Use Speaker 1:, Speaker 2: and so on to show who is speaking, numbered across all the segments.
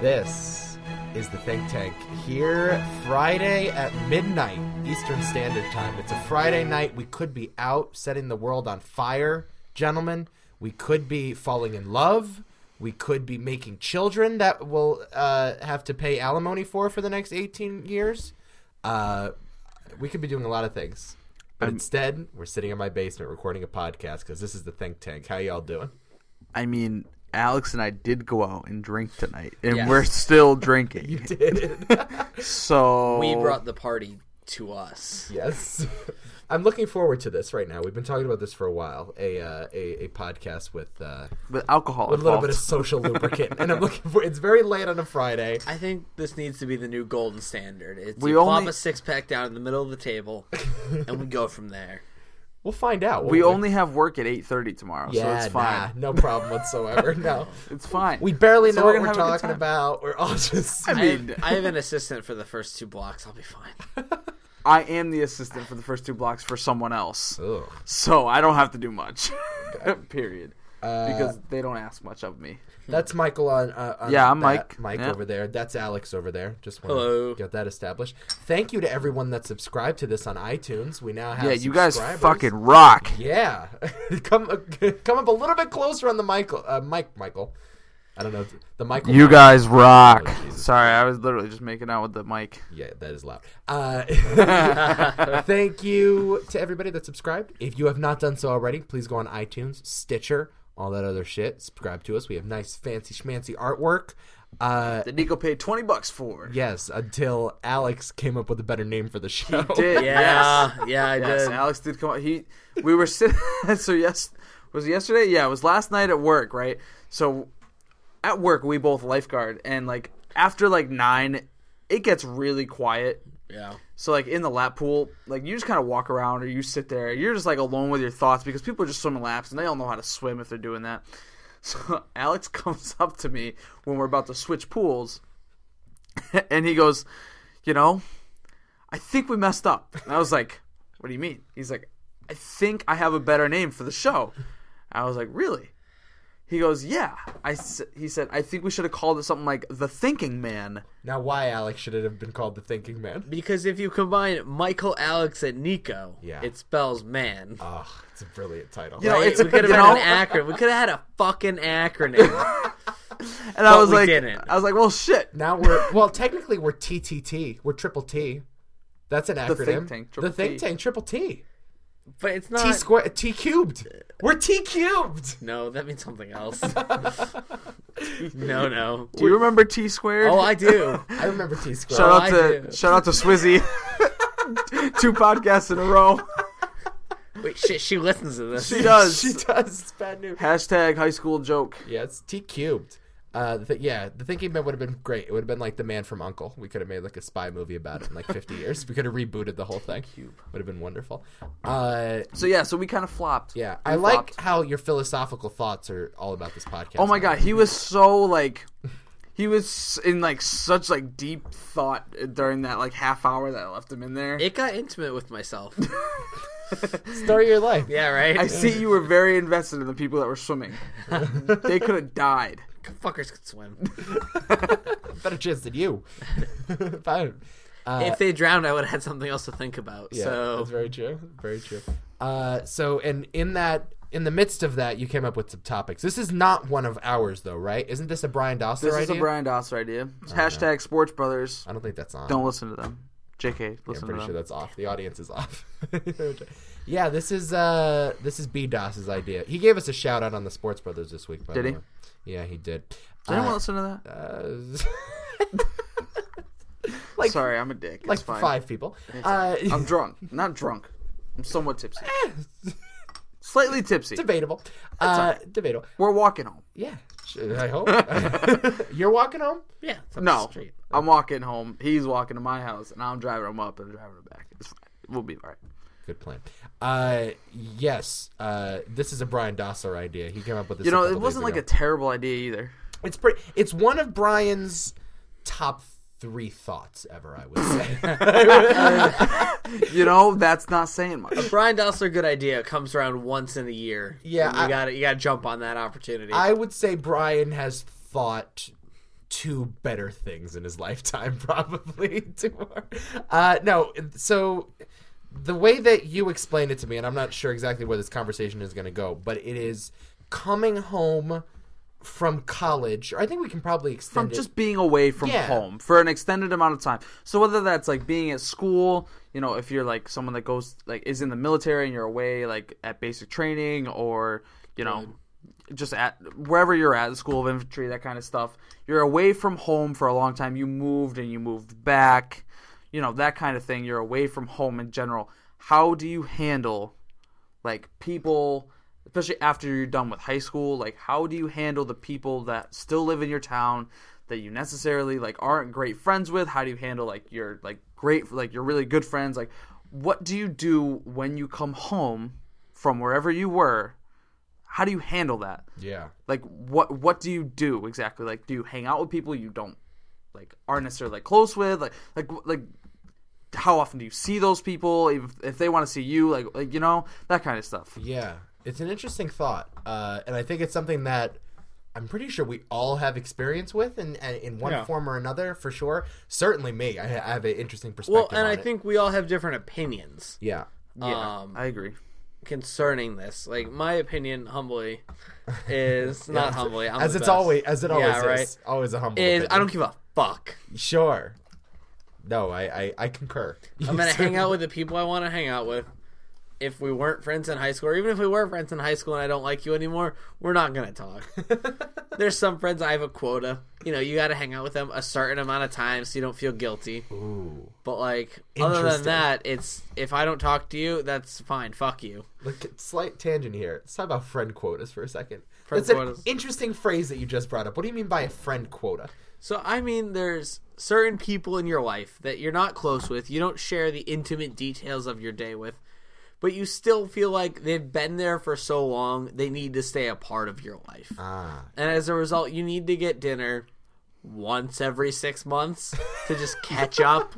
Speaker 1: This is the Think Tank here Friday at midnight Eastern Standard Time. It's a Friday night. We could be out setting the world on fire, gentlemen. We could be falling in love. We could be making children that will uh, have to pay alimony for for the next 18 years. Uh, we could be doing a lot of things. But instead, we're sitting in my basement recording a podcast because this is the Think Tank. How y'all doing?
Speaker 2: I mean, Alex and I did go out and drink tonight, and
Speaker 3: Yes.
Speaker 2: we're still drinking. so
Speaker 3: We brought the party to us.
Speaker 1: Yes. I'm looking forward to this right now. We've been talking about this for a while. A uh, a, a podcast with uh,
Speaker 2: with alcohol.
Speaker 1: with a little bit of
Speaker 2: involved.
Speaker 1: social lubricant, and I'm looking for. It's very late on a Friday.
Speaker 3: I think this needs to be the new golden standard. It's
Speaker 2: We
Speaker 3: you
Speaker 2: only-
Speaker 3: plop a six pack down in the middle of the table, and we go from there.
Speaker 1: We'll find out. won't
Speaker 2: we only have work at eight thirty tomorrow,
Speaker 1: Yeah,
Speaker 2: so it's fine.
Speaker 1: nah, no problem whatsoever. no,
Speaker 2: It's fine.
Speaker 1: we barely
Speaker 2: So
Speaker 1: know
Speaker 2: we're
Speaker 1: what
Speaker 2: gonna
Speaker 1: we're
Speaker 2: have a good
Speaker 1: talking
Speaker 2: time.
Speaker 1: about. We're all just.
Speaker 2: I
Speaker 3: I
Speaker 2: mean,
Speaker 3: have,
Speaker 2: I,
Speaker 3: I have an assistant for the first two blocks. I'll be fine.
Speaker 2: am the assistant for the first two blocks for someone else,
Speaker 1: Ugh.
Speaker 2: so I don't have to do much. Period.
Speaker 1: Uh,
Speaker 2: because they don't ask much of me.
Speaker 1: That's Michael on. Uh, on
Speaker 2: Yeah, I'm
Speaker 1: that-
Speaker 2: Mike.
Speaker 1: Mike
Speaker 2: Yeah.
Speaker 1: over there. That's Alex over there. Just want
Speaker 3: Hello.
Speaker 1: to get that established. Thank you to everyone that subscribed to this on iTunes. We now have.
Speaker 2: Yeah, you guys
Speaker 1: subscribers.
Speaker 2: fucking rock.
Speaker 1: Yeah, come come up a little bit closer on the Michael, uh, Mike, Michael. I don't know the Michael.
Speaker 2: You guys rock.
Speaker 1: Oh, Jesus.
Speaker 2: Sorry, I was literally just making out with the mic.
Speaker 1: Yeah, that is loud. Uh, thank you to everybody that subscribed. If you have not done so already, please go on iTunes, Stitcher, all that other shit. Subscribe to us. We have nice, fancy, schmancy artwork. Uh,
Speaker 2: That Nico paid twenty bucks for.
Speaker 1: yes, until Alex came up with a better name for the show.
Speaker 2: did. Yes.
Speaker 3: Yeah, yeah, I
Speaker 2: Yes,
Speaker 3: did.
Speaker 2: Alex did come. He, we were sitting. so yes, was it yesterday? Yeah, it was last night at work, right? So at work, we both lifeguard, and like after like nine, it gets really quiet.
Speaker 3: Yeah,
Speaker 2: So like in the lap pool, like you just kind of walk around or you sit there. You're just like alone with your thoughts because people are just swimming laps and they all know how to swim if they're doing that. So Alex comes up to me when we're about to switch pools, and he goes, "You know, I think we messed up." And I was like, "What do you mean?" He's like, "I think I have a better name for the show." I was like, "Really?" He goes, "Yeah." I s- he said, "I think we should have called it something like the Thinking Man."
Speaker 1: Now, why Alex should it have been called the Thinking Man?
Speaker 3: because if you combine Michael, Alex, and Nico,
Speaker 1: Yeah.
Speaker 3: it spells man.
Speaker 1: Ugh, it's a brilliant title.
Speaker 2: You know,
Speaker 3: Right?
Speaker 2: Uh, it's a-
Speaker 3: we could have
Speaker 2: you
Speaker 3: had
Speaker 2: know-
Speaker 3: an acronym. We could have had a fucking acronym.
Speaker 2: And I
Speaker 3: But
Speaker 2: was
Speaker 3: we
Speaker 2: like,
Speaker 3: didn't.
Speaker 2: "I was like, well, shit."
Speaker 1: Now we're well, technically we're TTT. We're triple T. That's an acronym.
Speaker 2: think tank, triple
Speaker 1: the think
Speaker 2: T.
Speaker 1: tank triple T.
Speaker 3: but it's
Speaker 1: T
Speaker 3: not.
Speaker 1: squared. T cubed. We're T cubed.
Speaker 3: no, that means something else. no, no.
Speaker 2: Do you remember T squared?
Speaker 3: Oh, I do.
Speaker 1: I remember T squared.
Speaker 2: shout
Speaker 3: Oh,
Speaker 2: out
Speaker 3: I
Speaker 2: to
Speaker 3: do.
Speaker 2: shout out to Swizzy. Two podcasts in a row.
Speaker 3: Wait, shit, she listens to this.
Speaker 2: She does.
Speaker 1: she does. It's bad news.
Speaker 2: Hashtag high school joke.
Speaker 1: Yeah, it's T cubed. Uh, the th- yeah, the thinking man would have been great. It would have been like the man from Uncle. We could have made like a spy movie about it in like 50 years. We could have rebooted the whole thing. Would have been wonderful. Uh,
Speaker 2: So yeah, so we kind of flopped.
Speaker 1: yeah,
Speaker 2: We
Speaker 1: I like
Speaker 2: flopped.
Speaker 1: how your philosophical thoughts are all about this podcast.
Speaker 2: Oh my god, he was so like, he was in like such like deep thought during that like half hour that I left him in there.
Speaker 3: It got intimate with myself.
Speaker 1: story of your life.
Speaker 3: Yeah, right?
Speaker 2: I see you were very invested in the people that were swimming. they could have died.
Speaker 3: Fuckers could swim.
Speaker 1: better chance than you. Fine. Uh,
Speaker 3: if they drowned, I would have had something else to think about.
Speaker 1: yeah,
Speaker 3: so,
Speaker 1: that's very true. Very true. Uh, so, and in that, in the midst of that, you came up with some topics. This is not one of ours, though, right? Isn't this a Brian Dosser
Speaker 2: This is
Speaker 1: idea?
Speaker 2: a Brian Dosser idea. Hashtag Sports Brothers.
Speaker 1: I don't think that's on.
Speaker 2: Don't listen to them. JK,
Speaker 1: I'm
Speaker 2: listen to
Speaker 1: pretty
Speaker 2: them.
Speaker 1: sure that's off. The audience is off. yeah, this is uh, this is B Dos's idea. He gave us a shout out on the Sports Brothers this week. By
Speaker 2: Did
Speaker 1: the
Speaker 2: he?
Speaker 1: Way. Yeah, he did.
Speaker 2: Did anyone
Speaker 1: Uh,
Speaker 2: listen to that?
Speaker 1: uh, like
Speaker 2: Sorry, I'm a dick.
Speaker 1: like
Speaker 2: it's fine.
Speaker 1: five people. Uh,
Speaker 2: I'm drunk. Not drunk. I'm somewhat tipsy.
Speaker 1: Eh.
Speaker 2: Slightly tipsy.
Speaker 1: debatable. Uh, debatable.
Speaker 2: We're walking home.
Speaker 1: Yeah, sh- I hope. You're walking home?
Speaker 3: yeah, it's up the
Speaker 2: No,
Speaker 3: street.
Speaker 2: I'm walking home. He's walking to my house, and I'm driving him up and driving him back. It's fine. We'll be all right.
Speaker 1: Good plan. Uh, yes, uh, this is a Brian Dosser idea. He came up with this.
Speaker 2: You know,
Speaker 1: a couple
Speaker 2: it wasn't
Speaker 1: days
Speaker 2: like a
Speaker 1: ago.
Speaker 2: terrible idea either.
Speaker 1: It's pretty. It's one of Brian's top three thoughts ever. I would say.
Speaker 2: You know, that's not saying much.
Speaker 3: Brian Dosler, good idea. Comes around once in a year.
Speaker 1: Yeah,
Speaker 3: And
Speaker 1: I-
Speaker 3: you got to You got to jump on that opportunity.
Speaker 1: I would say Brian has thought two better things in his lifetime, probably. Two more. Uh, no, so the way that you explained it to me, and I'm not sure exactly where this conversation is going to go, but it is coming home from college. I think we can probably extend
Speaker 2: from
Speaker 1: it.
Speaker 2: just being away from
Speaker 1: Yeah.
Speaker 2: home for an extended amount of time. So whether that's like being at school, you know, if you're like someone that goes like is in the military and you're away like at basic training or you know just at wherever you're at, the school of infantry, that kind of stuff. You're away from home for a long time. You moved and you moved back, you know, that kind of thing. You're away from home in general. How do you handle like people especially after you're done with high school like how do you handle the people that still live in your town that you necessarily like aren't great friends with how do you handle like your like great like your really good friends like what do you do when you come home from wherever you were how do you handle that
Speaker 1: yeah.
Speaker 2: like what what do you do exactly like do you hang out with people you don't like aren't necessarily like close with like like like how often do you see those people if, if they want to see you like, like you know that kind of stuff
Speaker 1: Yeah, it's an interesting thought, uh, and I think it's something that I'm pretty sure we all have experience with, in, in one
Speaker 3: Yeah.
Speaker 1: form or another, for sure. Certainly, me, I, ha- I have an interesting perspective.
Speaker 4: Well,
Speaker 1: on
Speaker 4: and I
Speaker 1: it.
Speaker 4: think we all have different opinions
Speaker 1: yeah,
Speaker 2: yeah
Speaker 4: um,
Speaker 2: i agree
Speaker 4: concerning this. Like my opinion, humbly, is not humbly. I'm
Speaker 1: as
Speaker 4: the
Speaker 1: it's
Speaker 4: best,
Speaker 1: always as it
Speaker 4: Yeah,
Speaker 1: always
Speaker 4: right.
Speaker 1: is, always a humble.
Speaker 4: is I
Speaker 1: opinion.
Speaker 4: don't give a fuck.
Speaker 1: sure. No, I I, I concur.
Speaker 4: I'm gonna hang out with the people I want to hang out with. If we weren't friends in high school, or even if we were friends in high school and I don't like you anymore, we're not gonna talk. There's some friends I have a quota. You know, you got to hang out with them a certain amount of time so you don't feel guilty.
Speaker 1: Ooh,
Speaker 4: But like, other than
Speaker 1: Interesting.
Speaker 4: that, it's if I don't talk to you, that's fine. Fuck you.
Speaker 1: look, at- slight tangent here. Let's talk about friend quotas for a second.
Speaker 4: Friend
Speaker 1: That's an
Speaker 4: quotas.
Speaker 1: interesting phrase that you just brought up. What do you mean by a friend quota?
Speaker 4: So I mean, there's certain people in your life that you're not close with, you don't share the intimate details of your day with, but you still feel like they've been there for so long, they need to stay a part of your life.
Speaker 1: Ah,
Speaker 4: And as a result, you need to get dinner once every 6 months to just catch up.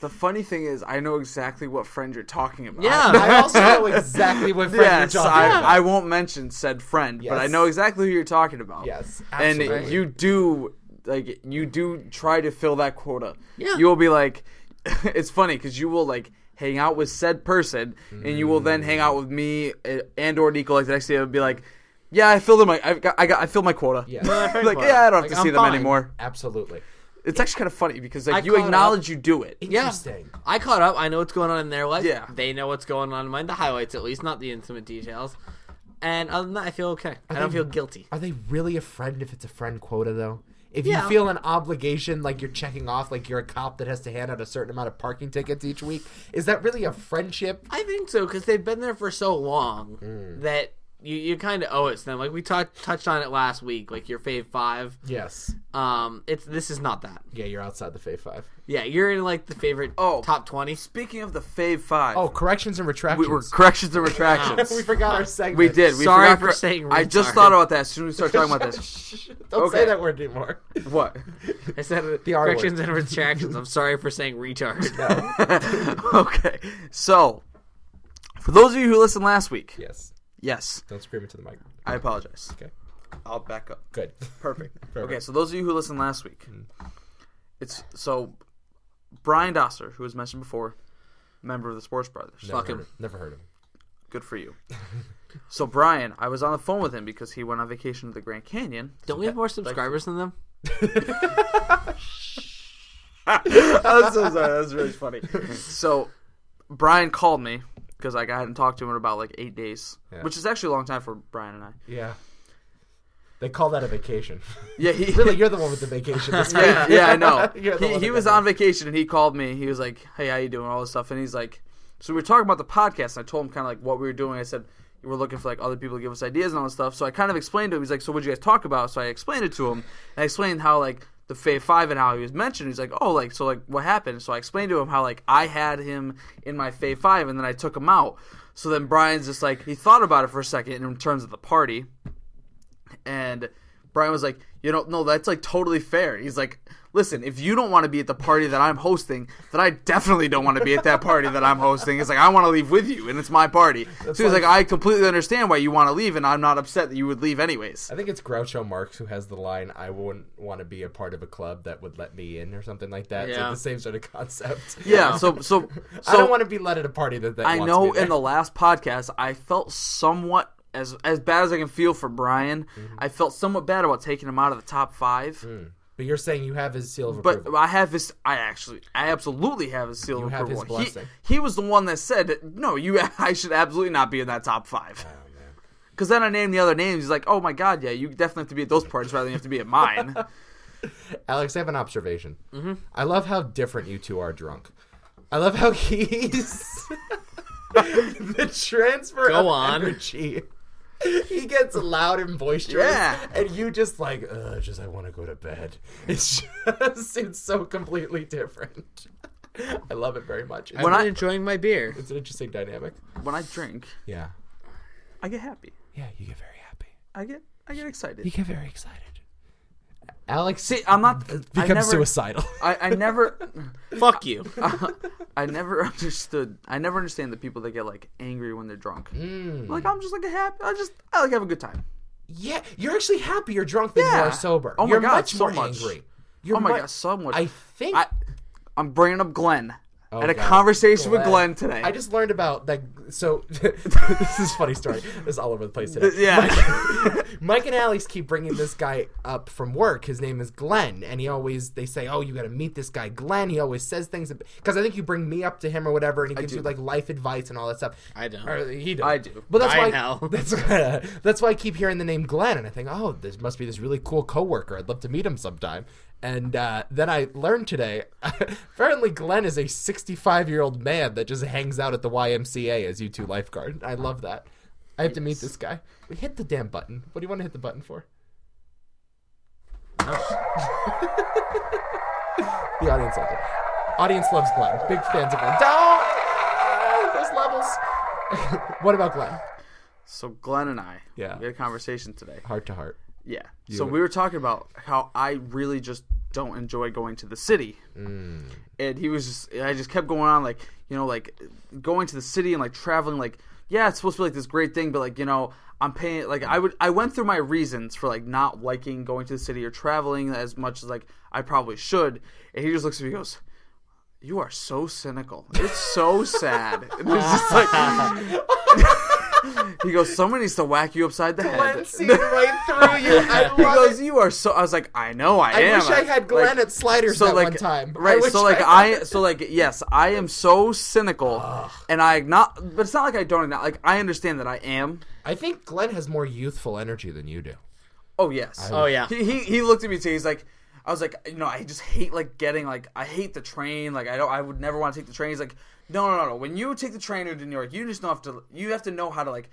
Speaker 2: the funny thing is i know exactly what friend you're talking about
Speaker 4: Yeah.
Speaker 1: I also know exactly what friend
Speaker 2: yes
Speaker 1: you're talking
Speaker 2: I,
Speaker 1: about.
Speaker 2: I won't mention said friend but i
Speaker 1: Yes.
Speaker 2: know exactly who you're talking about
Speaker 1: Yes,
Speaker 2: and
Speaker 1: absolutely.
Speaker 2: you do like you do try to fill that quota.
Speaker 4: Yeah.
Speaker 2: You will be like, it's funny because you will like hang out with said person, and you will then hang out with me uh, and or Nico like the next day and be like, yeah, I filled in my I got I got I filled my quota.
Speaker 1: Yeah.
Speaker 2: like yeah, I don't have
Speaker 4: Like,
Speaker 2: to
Speaker 4: I'm
Speaker 2: see them
Speaker 4: fine.
Speaker 2: anymore.
Speaker 1: Absolutely.
Speaker 2: It's actually kind of funny because like
Speaker 4: I
Speaker 2: you
Speaker 4: caught up.
Speaker 2: acknowledge you do it.
Speaker 4: Yeah.
Speaker 1: Interesting.
Speaker 4: I caught up. I know what's going on in their life.
Speaker 2: Yeah.
Speaker 4: They know what's going on in mine, the highlights at least, not the intimate details. And other than that, I feel okay. I don't
Speaker 1: think-
Speaker 4: feel guilty.
Speaker 1: Are they really a friend if it's a friend quota though? If
Speaker 4: Yeah.
Speaker 1: you feel an obligation like you're checking off like you're a cop that has to hand out a certain amount of parking tickets each week, is that really a friendship?
Speaker 4: I think so because they've been there for so long that you, you kind of owe it to them. Like we talked touched on it last week, like your fave five.
Speaker 1: Yes.
Speaker 4: Um, it's this is not that.
Speaker 1: Yeah, you're outside the Fave 5.
Speaker 4: Yeah, you're in like the favorite
Speaker 2: Oh.
Speaker 4: top twenty.
Speaker 2: Speaking of the Fave Five,
Speaker 1: Oh, corrections and retractions.
Speaker 2: we were corrections and retractions.
Speaker 1: we forgot our segment.
Speaker 2: We did. We
Speaker 4: Sorry
Speaker 2: forgot
Speaker 4: for
Speaker 2: cor-
Speaker 4: saying
Speaker 2: I just
Speaker 4: retard.
Speaker 2: thought about that as soon as we started talking about this.
Speaker 1: Don't
Speaker 2: Okay.
Speaker 1: say that word anymore.
Speaker 2: What?
Speaker 4: I said it-
Speaker 1: R word.
Speaker 4: corrections and retractions. I'm sorry for saying retard.
Speaker 2: okay. So, for those of you who listened last week,
Speaker 1: Yes.
Speaker 2: yes,
Speaker 1: Don't scream into the mic.
Speaker 2: I apologize.
Speaker 1: Okay.
Speaker 2: I'll back up.
Speaker 1: Good.
Speaker 2: Perfect.
Speaker 1: Perfect.
Speaker 2: Okay, so those of you who listened last week, it's so Brian Dosser, who was mentioned before, member of the Sports Brothers.
Speaker 1: Never
Speaker 4: Fuck him.
Speaker 1: heard of- Never heard of him.
Speaker 2: Good for you. so Brian, I was on the phone with him because he went on vacation to the Grand Canyon.
Speaker 4: Don't we have more subscribers than them?
Speaker 2: I'm so sorry. That was really funny. So Brian called me because like I hadn't talked to him in about like eight days,
Speaker 1: Yeah.
Speaker 2: which is actually a long time for Brian and I.
Speaker 1: Yeah. They call that a vacation.
Speaker 2: Yeah, he
Speaker 1: really, you're the one with the vacation. This week.
Speaker 2: yeah, yeah, I know.
Speaker 1: You're the
Speaker 2: he
Speaker 1: one
Speaker 2: he
Speaker 1: that
Speaker 2: was
Speaker 1: got
Speaker 2: on vacation and he called me. He was like, "Hey, how you doing?" All this stuff, and he's like, "So we were talking about the podcast." And I told him kind of like what we were doing. I said we were looking for like other people to give us ideas and all this stuff. So I kind of explained to him. He's like, "So what would you guys talk about?" So I explained it to him. And I explained how like the Fave Five and how he was mentioned. He's like, "Oh, like so like what happened?" So I explained to him how like I had him in my Fave Five and then I took him out. So then Brian's just like he thought about it for a second in terms of the party and Brian was like, you know, no, that's like totally fair. He's like, listen, if you don't want to be at the party that I'm hosting, then I definitely don't want to be at that party that I'm hosting. It's like I want to leave with you, and it's my party. so he's like, I completely understand why you want to leave, and I'm not upset that you would leave anyways.
Speaker 1: I think it's Groucho Marx who has the line, "I wouldn't want to be a part of a club that would let me in" or something like that. It's
Speaker 4: Yeah.
Speaker 1: like the same sort of concept.
Speaker 2: Yeah. So so so
Speaker 1: I don't want to be let at a party that, that
Speaker 2: I
Speaker 1: wants
Speaker 2: know
Speaker 1: me there.
Speaker 2: in the last podcast I felt somewhat as as bad as I can feel for Brian. I felt somewhat bad about taking him out of the top five.
Speaker 1: but you're saying you have his seal of
Speaker 2: But
Speaker 1: approval.
Speaker 2: I have his. I actually, I absolutely have his seal of
Speaker 1: have his
Speaker 2: approval. He-
Speaker 1: blessing.
Speaker 2: He, was the one that said, "No, you. I should absolutely not be in that top five.
Speaker 1: Oh,
Speaker 2: Because then I named the other names. He's like, "Oh my god, yeah, you definitely have to be at those parties rather than you have to be at mine."
Speaker 1: Alex, I have an observation. Mm-hmm. I love how different you two are drunk. I love how he's the transfer
Speaker 4: Go
Speaker 1: of
Speaker 4: on.
Speaker 1: energy. He gets loud and boisterous,
Speaker 2: Yeah.
Speaker 1: and you just like, Ugh, just I want to go to bed. It's just it's so completely different. I love it very much. It's,
Speaker 4: When
Speaker 2: I-
Speaker 4: I'm enjoying my beer.
Speaker 1: it's an interesting dynamic.
Speaker 2: when I drink,
Speaker 1: Yeah,
Speaker 2: I get happy.
Speaker 1: yeah, you get very happy.
Speaker 2: I get, I get
Speaker 1: You
Speaker 2: excited.
Speaker 1: get very excited. Alex
Speaker 2: See, I'm not. I
Speaker 1: becomes
Speaker 2: never,
Speaker 1: suicidal.
Speaker 2: I, I never.
Speaker 4: Fuck you. Uh,
Speaker 2: I never understood. I never understand the people that get like angry when they're drunk.
Speaker 1: Hmm.
Speaker 2: Like I'm just like a happy. I just I like have a good time.
Speaker 1: Yeah, you're actually happier drunk than you
Speaker 2: Yeah.
Speaker 1: are sober.
Speaker 2: Oh my
Speaker 1: you're
Speaker 2: God,
Speaker 1: much
Speaker 2: so
Speaker 1: more
Speaker 2: much.
Speaker 1: angry. You're
Speaker 2: oh my
Speaker 1: mu-
Speaker 2: god, so much.
Speaker 1: I
Speaker 2: I,
Speaker 1: think
Speaker 2: I
Speaker 1: I,
Speaker 2: am bringing up Glenn.
Speaker 1: Oh
Speaker 2: Had a
Speaker 1: God.
Speaker 2: conversation with
Speaker 1: Glenn.
Speaker 2: Glenn today.
Speaker 1: just learned about that. So this is a funny story. This is all over the place today.
Speaker 2: yeah.
Speaker 1: Mike and Alex keep bringing this guy up from work. His name is Glenn, and he always they say, "Oh, you got to meet this guy, Glenn." He always says things because I think you bring me up to him or whatever, and he gives you
Speaker 2: do.
Speaker 1: like life advice and all that stuff.
Speaker 4: I don't.
Speaker 1: Or he does.
Speaker 2: I do.
Speaker 1: But that's
Speaker 4: I
Speaker 1: why
Speaker 4: know.
Speaker 1: that's that's why I keep hearing the name Glenn, and I think, oh, this must be this really cool coworker. I'd love to meet him sometime. And uh, then I learned today, apparently Glenn is a 65 year old man that just hangs out at the YMCA as you two lifeguard. I love that. I have to meet this guy. Hit the damn button. What do you want to hit the button for? The audience loves it. Audience loves Glenn. Big fans of Glenn. Don't! Those levels. what about Glenn?
Speaker 2: so Glenn and I,
Speaker 1: Yeah.
Speaker 2: we had a conversation today.
Speaker 1: Heart to heart.
Speaker 2: Yeah. So we were talking about how I really just don't enjoy going to the city. And he was just, I just kept going on, like, you know, like going to the city and like traveling, like, yeah, it's supposed to be like this great thing, but like, you know, I'm paying, like, I would, I went through my reasons for like not liking going to the city or traveling as much as like I probably should. And he just looks at me and goes, you are so cynical. It's so sad. And it's just like, he goes, someone needs to whack you upside the head.
Speaker 1: right through you. I
Speaker 2: He goes, "You are so." I was like, "I know, I,
Speaker 1: I
Speaker 2: am."
Speaker 1: wish I had Glenn
Speaker 2: like,
Speaker 1: at Sliders
Speaker 2: so
Speaker 1: that
Speaker 2: like
Speaker 1: one time.
Speaker 2: right?
Speaker 1: wish
Speaker 2: So like
Speaker 1: had-
Speaker 2: I, so like yes, I am so cynical, and I not, but it's not like I don't like I understand that I am.
Speaker 1: I think Glenn has more youthful energy than you do.
Speaker 2: Oh yes,
Speaker 4: Oh yeah.
Speaker 2: He, he he looked at me too. He's like, I was like, you know, I just hate like getting like I hate the train. Like I don't, I would never want to take the train. He's like, no, no, no, no. When you take the train to New York, you just don't have to. You have to know how to like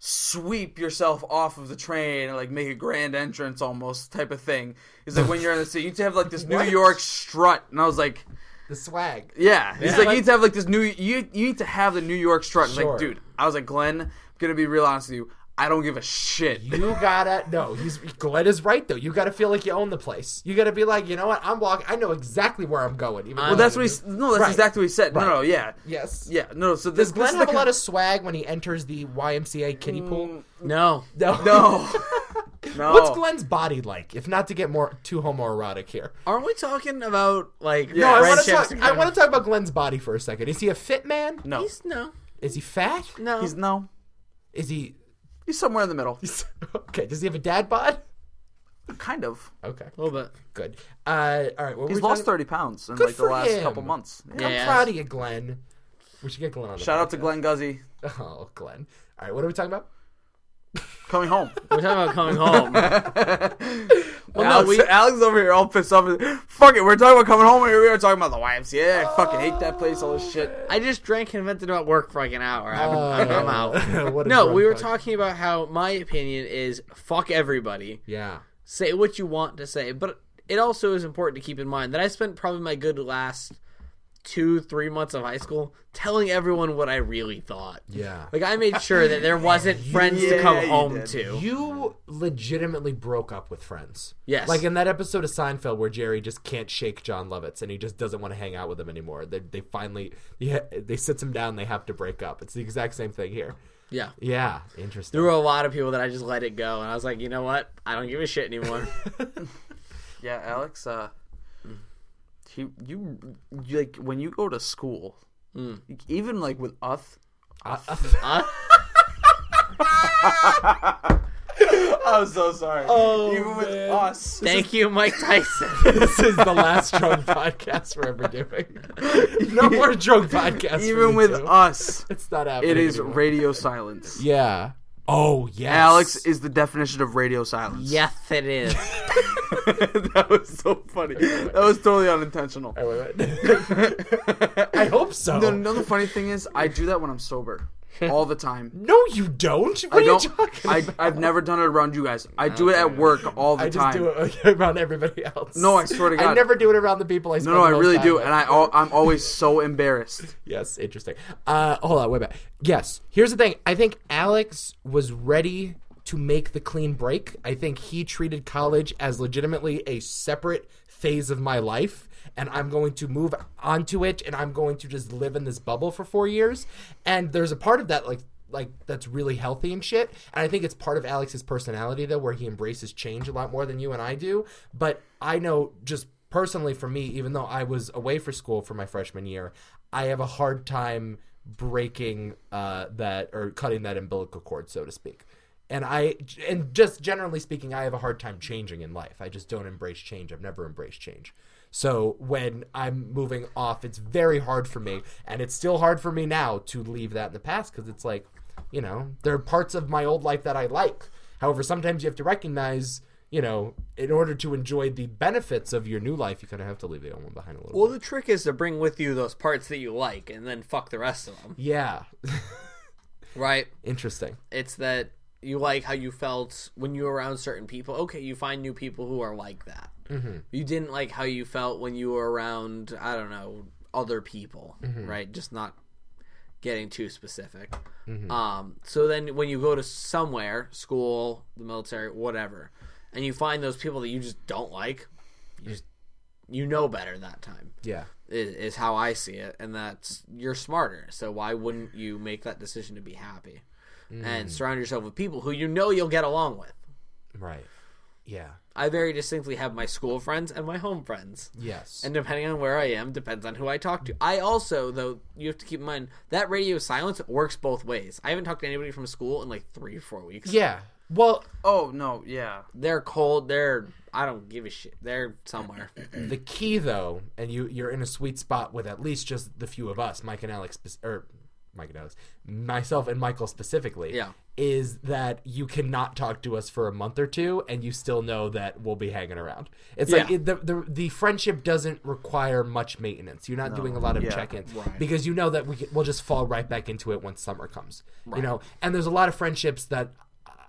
Speaker 2: sweep yourself off of the train and like make a grand entrance almost type of thing. He's like, when you're in the city, you need to have like this New
Speaker 1: What?
Speaker 2: York strut. And I was like,
Speaker 1: The swag.
Speaker 2: yeah. He's like,
Speaker 4: like-
Speaker 2: you need to have like this new. You you need to have the New York strut. And I was Like,
Speaker 1: Sure.
Speaker 2: dude, I was like, Glenn, I'm gonna be real honest with you. I don't give a shit.
Speaker 1: You gotta no. He's Glenn is right though. You gotta feel like you own the place. You gotta be like, you know what? I'm walking. I know exactly where I'm going. Even
Speaker 4: Well,
Speaker 2: Well, that's what he. s- No, that's
Speaker 1: Right.
Speaker 2: exactly what he said. No, no, yeah,
Speaker 1: Yes.
Speaker 2: yeah. No, so this,
Speaker 1: Does Glenn
Speaker 2: this is
Speaker 1: have
Speaker 2: the Mm,
Speaker 1: a lot of swag when he enters the YMCA kiddie pool?
Speaker 4: No.
Speaker 1: No.
Speaker 2: no, no.
Speaker 1: What's Glenn's body like? If not to get more too homoerotic here.
Speaker 4: Aren't we talking about like
Speaker 2: No,
Speaker 1: I
Speaker 2: I
Speaker 1: want to
Speaker 4: friendships
Speaker 1: talk.
Speaker 4: and
Speaker 1: I
Speaker 4: kind
Speaker 1: want
Speaker 4: of-
Speaker 1: to talk about Glenn's body for a second. Is he a fit man?
Speaker 2: No,
Speaker 4: He's no.
Speaker 1: Is he fat?
Speaker 4: No.
Speaker 2: he's no.
Speaker 1: Is he?
Speaker 2: He's somewhere in the middle,
Speaker 1: Okay. Does he have a dad bod?
Speaker 2: kind of.
Speaker 1: Okay.
Speaker 4: a little bit.
Speaker 1: Good. Uh, all right. What
Speaker 2: He's
Speaker 1: were we
Speaker 2: lost
Speaker 1: talking-
Speaker 2: thirty pounds in like the
Speaker 1: for
Speaker 2: last
Speaker 1: him.
Speaker 2: couple months. Yeah.
Speaker 1: I'm
Speaker 4: Yeah.
Speaker 1: proud of you, Glenn. We should get Glenn on. The
Speaker 2: Shout out to
Speaker 1: podcast.
Speaker 2: Glenn Guzzi
Speaker 1: Oh, Glenn. All right. What are we talking about?
Speaker 2: coming home.
Speaker 4: We're talking about coming home. well, no,
Speaker 2: Alex,
Speaker 4: we
Speaker 2: Alex is over here all pissed off. Fuck it, we're talking about coming home. and Here we are talking about the YMCA. I fucking hate that place. All this shit.
Speaker 4: I just drank and vented about work for like an hour. I'm, I'm, I'm out.
Speaker 1: Uh, what a
Speaker 4: No,
Speaker 1: drunk
Speaker 4: we were
Speaker 1: fuck.
Speaker 4: talking about how my opinion is fuck everybody.
Speaker 1: Yeah.
Speaker 4: Say what you want to say, but it also is important to keep in mind that I spent probably my good last two, three months of high school telling everyone what I really thought.
Speaker 1: Yeah.
Speaker 4: Like I made sure that there wasn't friends to
Speaker 2: Yeah,
Speaker 4: come
Speaker 2: you
Speaker 4: home
Speaker 2: did.
Speaker 4: to.
Speaker 1: You legitimately broke up with friends.
Speaker 4: Yes.
Speaker 1: Like in that episode of Seinfeld where Jerry just can't shake John Lovitz and he just doesn't want to hang out with him anymore. They, they finally yeah, they sits him down. They have to break up. It's the exact same thing here.
Speaker 4: Yeah.
Speaker 1: Yeah, interesting.
Speaker 4: There were a lot of people that I just let it go, and I was like, you know what? I don't give a shit anymore.
Speaker 2: Yeah, Alex. Uh, he, you, you like when you go to school, e, even like with us.
Speaker 4: Huh?
Speaker 2: I'm so sorry.
Speaker 1: Oh,
Speaker 2: even with
Speaker 1: man.
Speaker 2: us,
Speaker 4: Thank you, Mike Tyson.
Speaker 1: this is the last drunk podcast we're ever doing. No more drunk podcasts. for
Speaker 2: even
Speaker 1: you
Speaker 2: with
Speaker 1: two.
Speaker 2: us,
Speaker 1: it's not happening.
Speaker 2: it is
Speaker 1: anymore.
Speaker 2: radio silence.
Speaker 1: yeah. Oh yes.
Speaker 2: Alex is the definition of radio silence.
Speaker 4: yes, it is.
Speaker 2: that was so funny. That was totally unintentional.
Speaker 1: Wait, wait, wait. I hope so.
Speaker 2: No, no, the funny thing is, I do that when I'm sober, all the time.
Speaker 1: No, you don't. What
Speaker 2: I
Speaker 1: are
Speaker 2: don't.
Speaker 1: you talking
Speaker 2: I,
Speaker 1: about?
Speaker 2: I've never done it around you guys. I do it at work all the
Speaker 1: I
Speaker 2: time.
Speaker 1: just do it around everybody else.
Speaker 2: No, I swear to
Speaker 1: I
Speaker 2: God.
Speaker 1: never do it around the people I
Speaker 2: No,
Speaker 1: spend
Speaker 2: no,
Speaker 1: the
Speaker 2: I
Speaker 1: most
Speaker 2: really
Speaker 1: time
Speaker 2: do,
Speaker 1: with.
Speaker 2: and I al- I'm always so embarrassed.
Speaker 1: Yes, interesting. Uh, hold on, wait a minute. Yes, here's the thing. I think Alex was ready to make the clean break. I think he treated college as legitimately a separate phase of my life, and I'm going to move onto it, and I'm going to just live in this bubble for four years. And there's a part of that, like, like that's really healthy and shit. And I think it's part of Alex's personality though, where he embraces change a lot more than you and I do. But I know just personally for me, even though I was away for school for my freshman year, I have a hard time breaking uh, that or cutting that umbilical cord, so to speak. And I and just generally speaking, I have a hard time changing in life. I just don't embrace change. I've never embraced change. So when I'm moving off, it's very hard for me, and it's still hard for me now to leave that in the past because it's like, you know, there are parts of my old life that I like. However, sometimes you have to recognize, you know, in order to enjoy the benefits of your new life, you kind of have to leave the old one behind a little.
Speaker 4: Well,
Speaker 1: bit.
Speaker 4: the trick is to bring with you those parts that you like, and then fuck the rest of them.
Speaker 1: Yeah,
Speaker 4: Right?
Speaker 1: interesting.
Speaker 4: It's that you like how you felt when you were around certain people. Okay, you find new people who are like that. Mm-hmm. You didn't like how you felt when you were around, I don't know, other people, right? Just not getting too specific. Um, so then when you go to somewhere, school, the military, whatever, and you find those people that you just don't like, you just you know better that time
Speaker 1: Yeah,
Speaker 4: is, is how I see it, and that's you're smarter. So why wouldn't you make that decision to be happy
Speaker 1: Mm.
Speaker 4: and surround yourself with people who you know you'll get along with?
Speaker 1: right. Yeah.
Speaker 4: I very distinctly have my school friends and my home friends.
Speaker 1: Yes.
Speaker 4: And depending on where I am, depends on who I talk to. I also, though, you have to keep in mind that radio silence works both ways. I haven't talked to anybody from school in like three or four weeks.
Speaker 1: yeah. Well,
Speaker 2: Oh no, yeah.
Speaker 4: They're cold. They're, I don't give a shit. They're somewhere.
Speaker 1: the key though, and you you're in a sweet spot with at least just the few of us, Mike and Alex, spec- or Mike and Alex, myself and Michael specifically.
Speaker 4: Yeah.
Speaker 1: Is that you cannot talk to us for a month or two, and you still know that we'll be hanging around. It's like
Speaker 4: Yeah.
Speaker 1: it, the, the the friendship doesn't require much maintenance. You're not doing a lot of
Speaker 2: Yeah.
Speaker 1: check-ins
Speaker 4: Right.
Speaker 1: because you know that we c- we'll just fall right back into it once summer comes. You know, and there's a lot of friendships that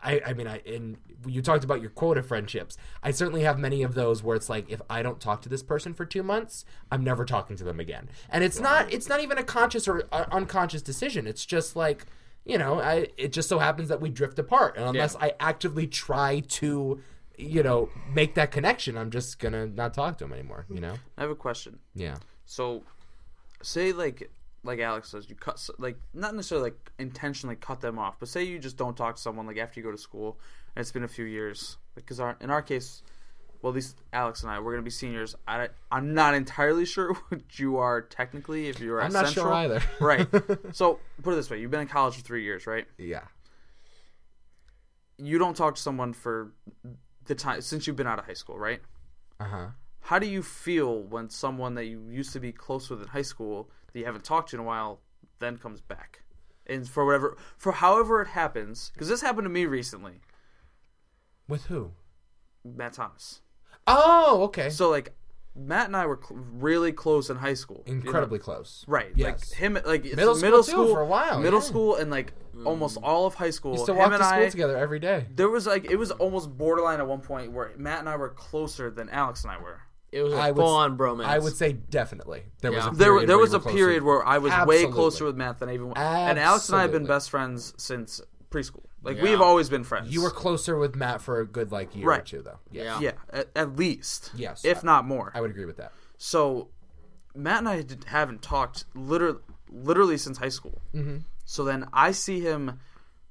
Speaker 1: I, I mean, I and you talked about your quota friendships. I certainly have many of those where it's like if I don't talk to this person for two months, I'm never talking to them again. And it's not it's not even a conscious or uh, unconscious decision. It's just like you know, I it just so happens that we drift apart, and unless I actively try to you know make that connection, I'm just gonna not talk to them anymore. You know,
Speaker 2: I have a question.
Speaker 1: yeah,
Speaker 2: So, say like like Alex says, you cut s- like not necessarily like intentionally cut them off, but say you just don't talk to someone like after you go to school, and it's been a few years. Because our in our case, well, at least Alex and I, we're gonna be seniors. I I'm not entirely sure what you are technically if you're
Speaker 1: I'm not sure either.
Speaker 2: right. So put it this way: you've been in college for three years, right?
Speaker 1: yeah,
Speaker 2: You don't talk to someone for the time since you've been out of high school, right?
Speaker 1: uh huh.
Speaker 2: how do you feel when someone that you used to be close with in high school that you haven't talked to in a while then comes back and for whatever for however it happens because this happened to me recently
Speaker 1: With who?
Speaker 2: matt thomas
Speaker 1: Oh, okay.
Speaker 2: so like matt and i were cl- really close in high school you know?
Speaker 1: Incredibly close.
Speaker 2: right
Speaker 1: Yes.
Speaker 2: like him like it's
Speaker 1: Middle
Speaker 2: middle,
Speaker 1: school, too,
Speaker 2: school
Speaker 1: for a while,
Speaker 2: middle
Speaker 1: yeah.
Speaker 2: school and like almost all of high school
Speaker 1: Used to
Speaker 2: him
Speaker 1: walk
Speaker 2: and
Speaker 1: to school
Speaker 2: I-
Speaker 1: together every day.
Speaker 2: there was like it was almost borderline at one point where matt and i were closer than alex and i were
Speaker 4: It was
Speaker 1: I
Speaker 4: a
Speaker 1: would s-
Speaker 4: full on bromance.
Speaker 1: I would say definitely. There was
Speaker 4: Yeah.
Speaker 1: a
Speaker 2: There,
Speaker 1: period
Speaker 2: there
Speaker 1: where
Speaker 2: was
Speaker 1: you
Speaker 2: a
Speaker 1: were closer.
Speaker 2: period where I was way
Speaker 1: Absolutely.
Speaker 2: closer with Matt than I even. And Alex and I have been
Speaker 1: Absolutely.
Speaker 2: best friends since preschool. Like
Speaker 4: Yeah.
Speaker 2: we've always been friends.
Speaker 1: you were closer with Matt for a good like year or
Speaker 2: Right.
Speaker 1: two though. Yes.
Speaker 4: yeah.
Speaker 2: yeah, at, at least
Speaker 1: Yes.
Speaker 2: if not more.
Speaker 1: I would agree with that.
Speaker 2: So Matt and I did- haven't talked literally, literally since high school. Mm-hmm. So then I see him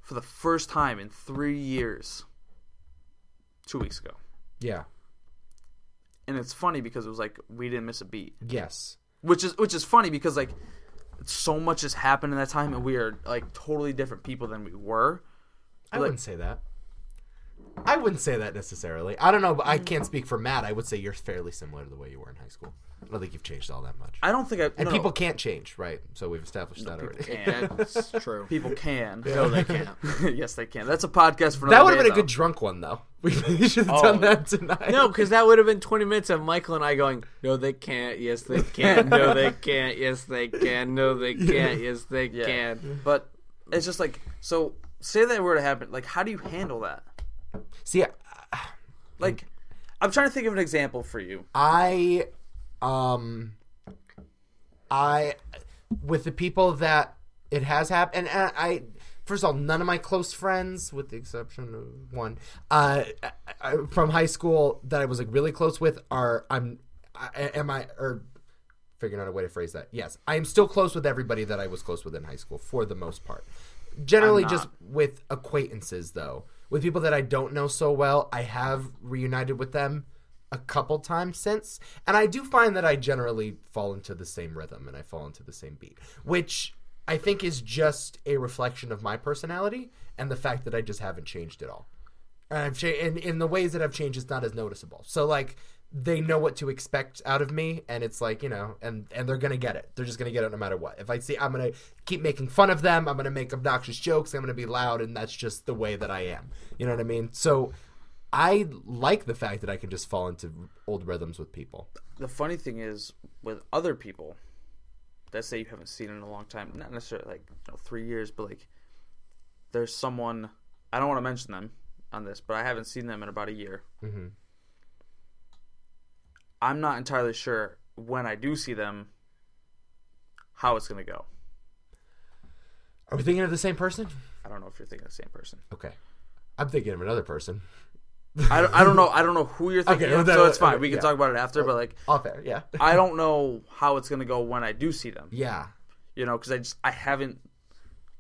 Speaker 2: for the first time in three years, two weeks ago,
Speaker 1: Yeah.
Speaker 2: and it's funny because it was like we didn't miss a beat,
Speaker 1: Yes.
Speaker 2: which is which is funny because like so much has happened in that time, and we are like totally different people than we were.
Speaker 1: I
Speaker 2: Like-
Speaker 1: wouldn't say that. I wouldn't say that necessarily. I don't know, but I can't speak for Matt. I would say you're fairly similar to the way you were in high school. I don't think you've changed all that much.
Speaker 2: I don't think I
Speaker 1: and
Speaker 2: no,
Speaker 1: people can't change, right? So we've established that already.
Speaker 4: That's true.
Speaker 2: people can.
Speaker 4: No, they can't.
Speaker 2: yes, they can. That's a podcast for another
Speaker 1: That would have
Speaker 2: day,
Speaker 1: been a good
Speaker 2: though.
Speaker 1: drunk one though. We should have done that tonight.
Speaker 4: No, because that would have been 20 minutes of Michael and I going, no, they can't. Yes, they can. No, they can't. Yes, they can. No, they can't. Yes, they
Speaker 2: Yeah.
Speaker 4: can.
Speaker 2: But it's just like so. Say that were to happen, like how do you handle that?
Speaker 1: See,
Speaker 2: Like, I'm trying to think of an example for you.
Speaker 1: I, um, I, with the people that it has happened, and I, I, first of all, none of my close friends, with the exception of one, uh, I- I- from high school that I was like really close with, are I'm, I, am I or figuring out a way to phrase that. Yes, I am still close with everybody that I was close with in high school for the most part. Generally, just with acquaintances, though, with people that I don't know so well, I have reunited with them a couple times since, and I do find that I generally fall into the same rhythm and I fall into the same beat, which I think is just a reflection of my personality and the fact that I just haven't changed at all and I've cha- and in the ways that I've changed, it's not as noticeable. So like they know what to expect out of me, and it's like you know, and and they're gonna get it. They're just gonna get it no matter what. If I see, I'm gonna keep making fun of them. I'm gonna make obnoxious jokes. I'm gonna be loud, and that's just the way that I am. You know what I mean? So. I like the fact that I can just fall into old rhythms with people.
Speaker 2: The funny thing is with other people that say you haven't seen in a long time, not necessarily like you know, three years, but like there's someone I don't want to mention them on this, but I haven't seen them in about a year. Mm-hmm. I'm not entirely sure when I do see them how it's gonna go.
Speaker 1: Are we thinking of the same person?
Speaker 2: I don't know if you're thinking of the same person.
Speaker 1: Okay, I'm thinking of another person.
Speaker 2: I don't, I don't know. I don't know who you're thinking
Speaker 1: Okay,
Speaker 2: of,
Speaker 1: that-
Speaker 2: so it's fine.
Speaker 1: okay,
Speaker 2: we can
Speaker 1: yeah.
Speaker 2: talk about it after. But like,
Speaker 1: Off air, yeah,
Speaker 2: I don't know how it's gonna go when I do see them.
Speaker 1: yeah.
Speaker 2: You know, because I just I haven't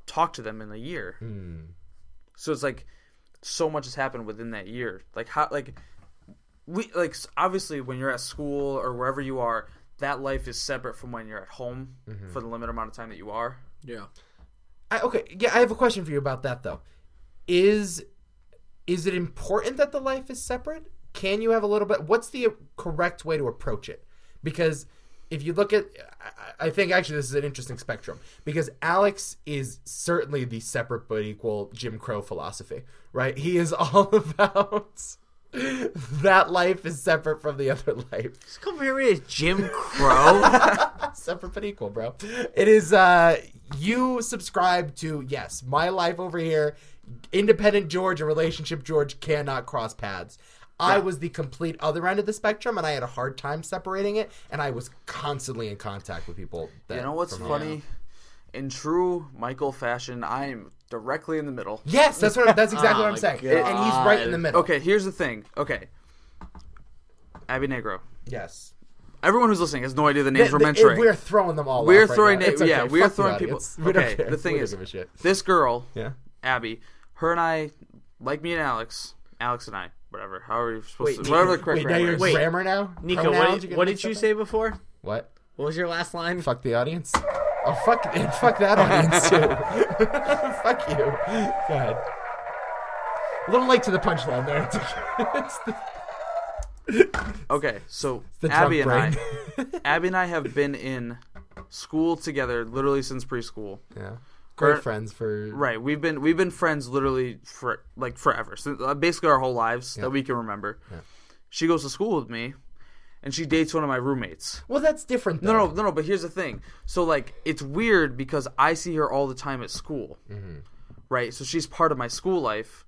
Speaker 2: talked to them in a year.
Speaker 1: Hmm.
Speaker 2: So it's like so much has happened within that year. Like how like we like s- obviously when you're at school or wherever you are, that life is separate from when you're at home
Speaker 1: Mm-hmm.
Speaker 2: for the limited amount of time that you are.
Speaker 4: Yeah.
Speaker 1: I, okay, yeah, I have a question for you about that though. Is is it important that the life is separate? Can you have a little bit? What's the correct way to approach it? Because if you look at, I- I think actually this is an interesting spectrum because Alex is certainly the separate but equal Jim Crow philosophy, right? He is all about that life is separate from the other life
Speaker 4: Just compare me to Jim Crow.
Speaker 1: separate but equal, bro. It is uh you subscribe to yes, my life over here, independent George and relationship George cannot cross paths. I was the complete other end of the spectrum and I had a hard time separating it and I was constantly in contact with people that
Speaker 2: You know what's
Speaker 1: from-
Speaker 2: funny? In true Michael fashion, I'm directly in the middle.
Speaker 1: Yes, that's what I'm, that's exactly what
Speaker 4: Oh
Speaker 1: I'm
Speaker 4: my
Speaker 1: saying. And he's right in the
Speaker 4: God.
Speaker 1: middle.
Speaker 2: Okay, here's the thing. Okay. Abby Negro.
Speaker 1: Yes.
Speaker 2: Everyone who's listening has no idea the names we're
Speaker 1: Th- th-
Speaker 2: mentoring.
Speaker 1: We're throwing them all
Speaker 2: We're
Speaker 1: off right
Speaker 2: throwing
Speaker 1: now.
Speaker 2: na-
Speaker 1: It's okay.
Speaker 2: yeah, we're
Speaker 1: Fuck the
Speaker 2: throwing people-
Speaker 1: audience. We don't
Speaker 2: okay,
Speaker 1: care.
Speaker 2: the thing
Speaker 1: We don't
Speaker 2: is-
Speaker 1: give a shit.
Speaker 2: This girl,
Speaker 1: Yeah.
Speaker 2: Abby, her and I, like me and Alex, Alex and I, whatever, however you're supposed
Speaker 4: Wait,
Speaker 2: to, whatever the
Speaker 4: Nico,
Speaker 2: correct
Speaker 1: Wait, now
Speaker 2: grammar
Speaker 1: you're
Speaker 2: is.
Speaker 4: Wait.
Speaker 1: grammar now?
Speaker 4: Nico,
Speaker 1: Pronouns?
Speaker 4: what
Speaker 1: You're
Speaker 4: did,
Speaker 1: gonna
Speaker 4: what
Speaker 1: mix
Speaker 4: did you
Speaker 1: up
Speaker 4: say before?
Speaker 1: What?
Speaker 4: What was your last line?
Speaker 1: Fuck the audience. Oh fuck and fuck that audience too. fuck you. Go ahead. A little late to the punchline there. It's the-
Speaker 2: Okay, so
Speaker 1: the
Speaker 2: Abby and
Speaker 1: drunk
Speaker 2: I, Abby and I have been in school together literally since preschool.
Speaker 1: yeah. Great
Speaker 2: Or-
Speaker 1: friends for
Speaker 2: Right, we've been we've been friends literally for like forever, since uh, basically our whole lives that we can remember. She goes to school with me, and she dates one of my roommates.
Speaker 1: Well, that's different. Though.
Speaker 2: No, no, no, no. But here's the thing. So like, it's weird because I see her all the time at school, right? So she's part of my school life,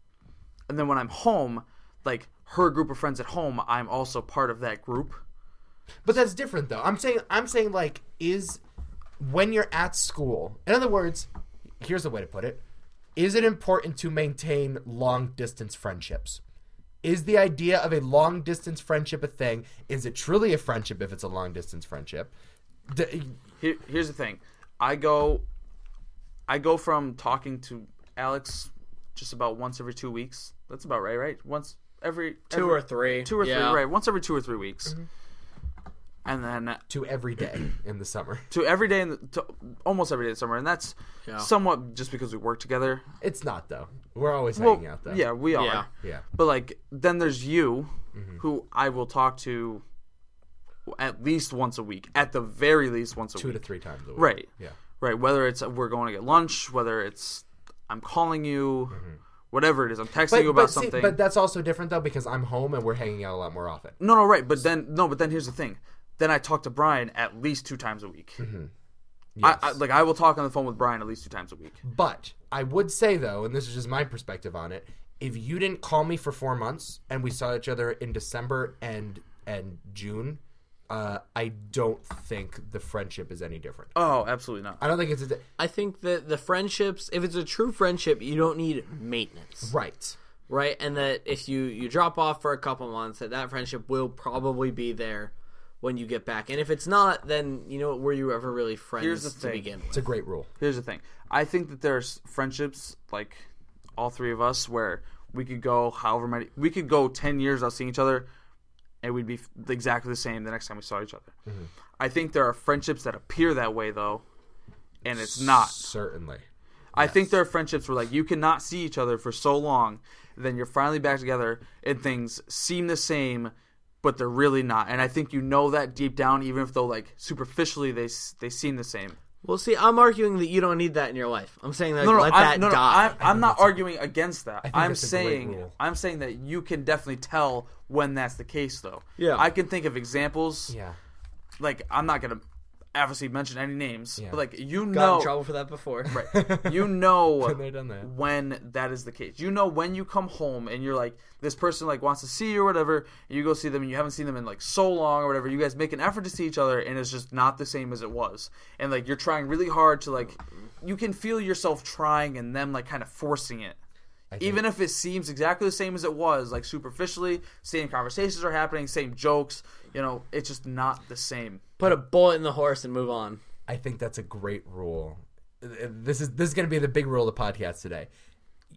Speaker 2: and then when I'm home, like her group of friends at home, I'm also part of that group.
Speaker 1: But that's different though. I'm saying I'm saying like is when you're at school. In other words, here's a way to put it. Is it important to maintain long distance friendships? Is the idea of a long distance friendship a thing? Is it truly a friendship if it's a long distance friendship? D-
Speaker 2: Here, here's the thing. I go, I go from talking to Alex just about once every two weeks. That's about right, right? Once every
Speaker 4: Two or three. Mm-hmm.
Speaker 2: two or
Speaker 4: Yeah.
Speaker 2: three, right? Once every two or three weeks, and then
Speaker 1: to every day in the summer.
Speaker 2: to every day in the, to almost every day in summer, and that's
Speaker 4: Yeah.
Speaker 2: somewhat just because we work together.
Speaker 1: It's not though. We're always hanging
Speaker 2: Well,
Speaker 1: out though.
Speaker 2: yeah, we are.
Speaker 4: Yeah.
Speaker 1: Yeah. Mm-hmm.
Speaker 2: But like, then there's you, who I will talk to at least once a week, at the very least once a
Speaker 1: Two
Speaker 2: week.
Speaker 1: to three times a week.
Speaker 2: Right.
Speaker 1: Yeah.
Speaker 2: Right. Whether it's we're going to get lunch, whether it's I'm calling you, whatever it is, I'm texting you about
Speaker 1: see-
Speaker 2: something.
Speaker 1: Mm-hmm. but that's also different though because I'm home and we're hanging out a lot more often.
Speaker 2: no, no, right. But then no, but then here's the thing. Then I talk to Brian at least two times a week. I, I,
Speaker 1: Mm-hmm. Yes. Mm-hmm.
Speaker 2: like I will talk on the phone with Brian at least two times a week.
Speaker 1: But I would say though, and this is just my perspective on it, if you didn't call me for four months and we saw each other in December and and June, uh, I don't think the friendship is any different.
Speaker 2: Oh, absolutely not.
Speaker 1: I don't think it's a di-
Speaker 4: I think that the friendships, if it's a true friendship, you don't need maintenance,
Speaker 1: right.
Speaker 4: right? And that if you you drop off for a couple months, that that friendship will probably be there when you get back. And if it's not, then you know what, were you ever really friends
Speaker 2: Here's the
Speaker 4: to
Speaker 2: thing.
Speaker 4: begin
Speaker 1: It's
Speaker 4: with?
Speaker 1: a great rule.
Speaker 2: Here's the thing. I think that there's friendships like all three of us where we could go however many we could go 10 years without seeing each other and we'd be f- exactly the same the next time we saw each other. I think there are friendships that appear that way though and it's not.
Speaker 1: Certainly.
Speaker 2: I think there are friendships where like you cannot see each other for so long then you're finally back together and things seem the same but they're really not. And I think you know that deep down even if though like superficially they s- they seem the same.
Speaker 4: Well, see, I'm arguing that you don't need that in your life. I'm saying that let
Speaker 2: I'm,
Speaker 4: that
Speaker 2: no, no,
Speaker 4: die.
Speaker 2: I'm, I'm not arguing against that. I'm
Speaker 1: that's a great
Speaker 2: saying
Speaker 1: rule.
Speaker 2: I'm saying that you can definitely tell when that's the case, though.
Speaker 4: Yeah.
Speaker 2: I can think of examples.
Speaker 1: Yeah.
Speaker 2: Like I'm not gonna obviously mention any names,
Speaker 1: Yeah.
Speaker 2: but like you
Speaker 4: Got in
Speaker 2: know,
Speaker 4: trouble for that before.
Speaker 2: right? You know
Speaker 1: They've done that.
Speaker 2: when that is the case. You know when you come home and you're like this person like wants to see you or whatever, and you go see them and you haven't seen them in like so long or whatever. You guys make an effort to see each other and it's just not the same as it was. And like you're trying really hard to like you can feel yourself trying and them like kind of forcing it. Even if it seems exactly the same as it was, like superficially, same conversations are happening, same jokes, you know, it's just not the same.
Speaker 4: Put a bullet in the horse and move on.
Speaker 1: I think that's a great rule. This is this is going to be the big rule of the podcast today.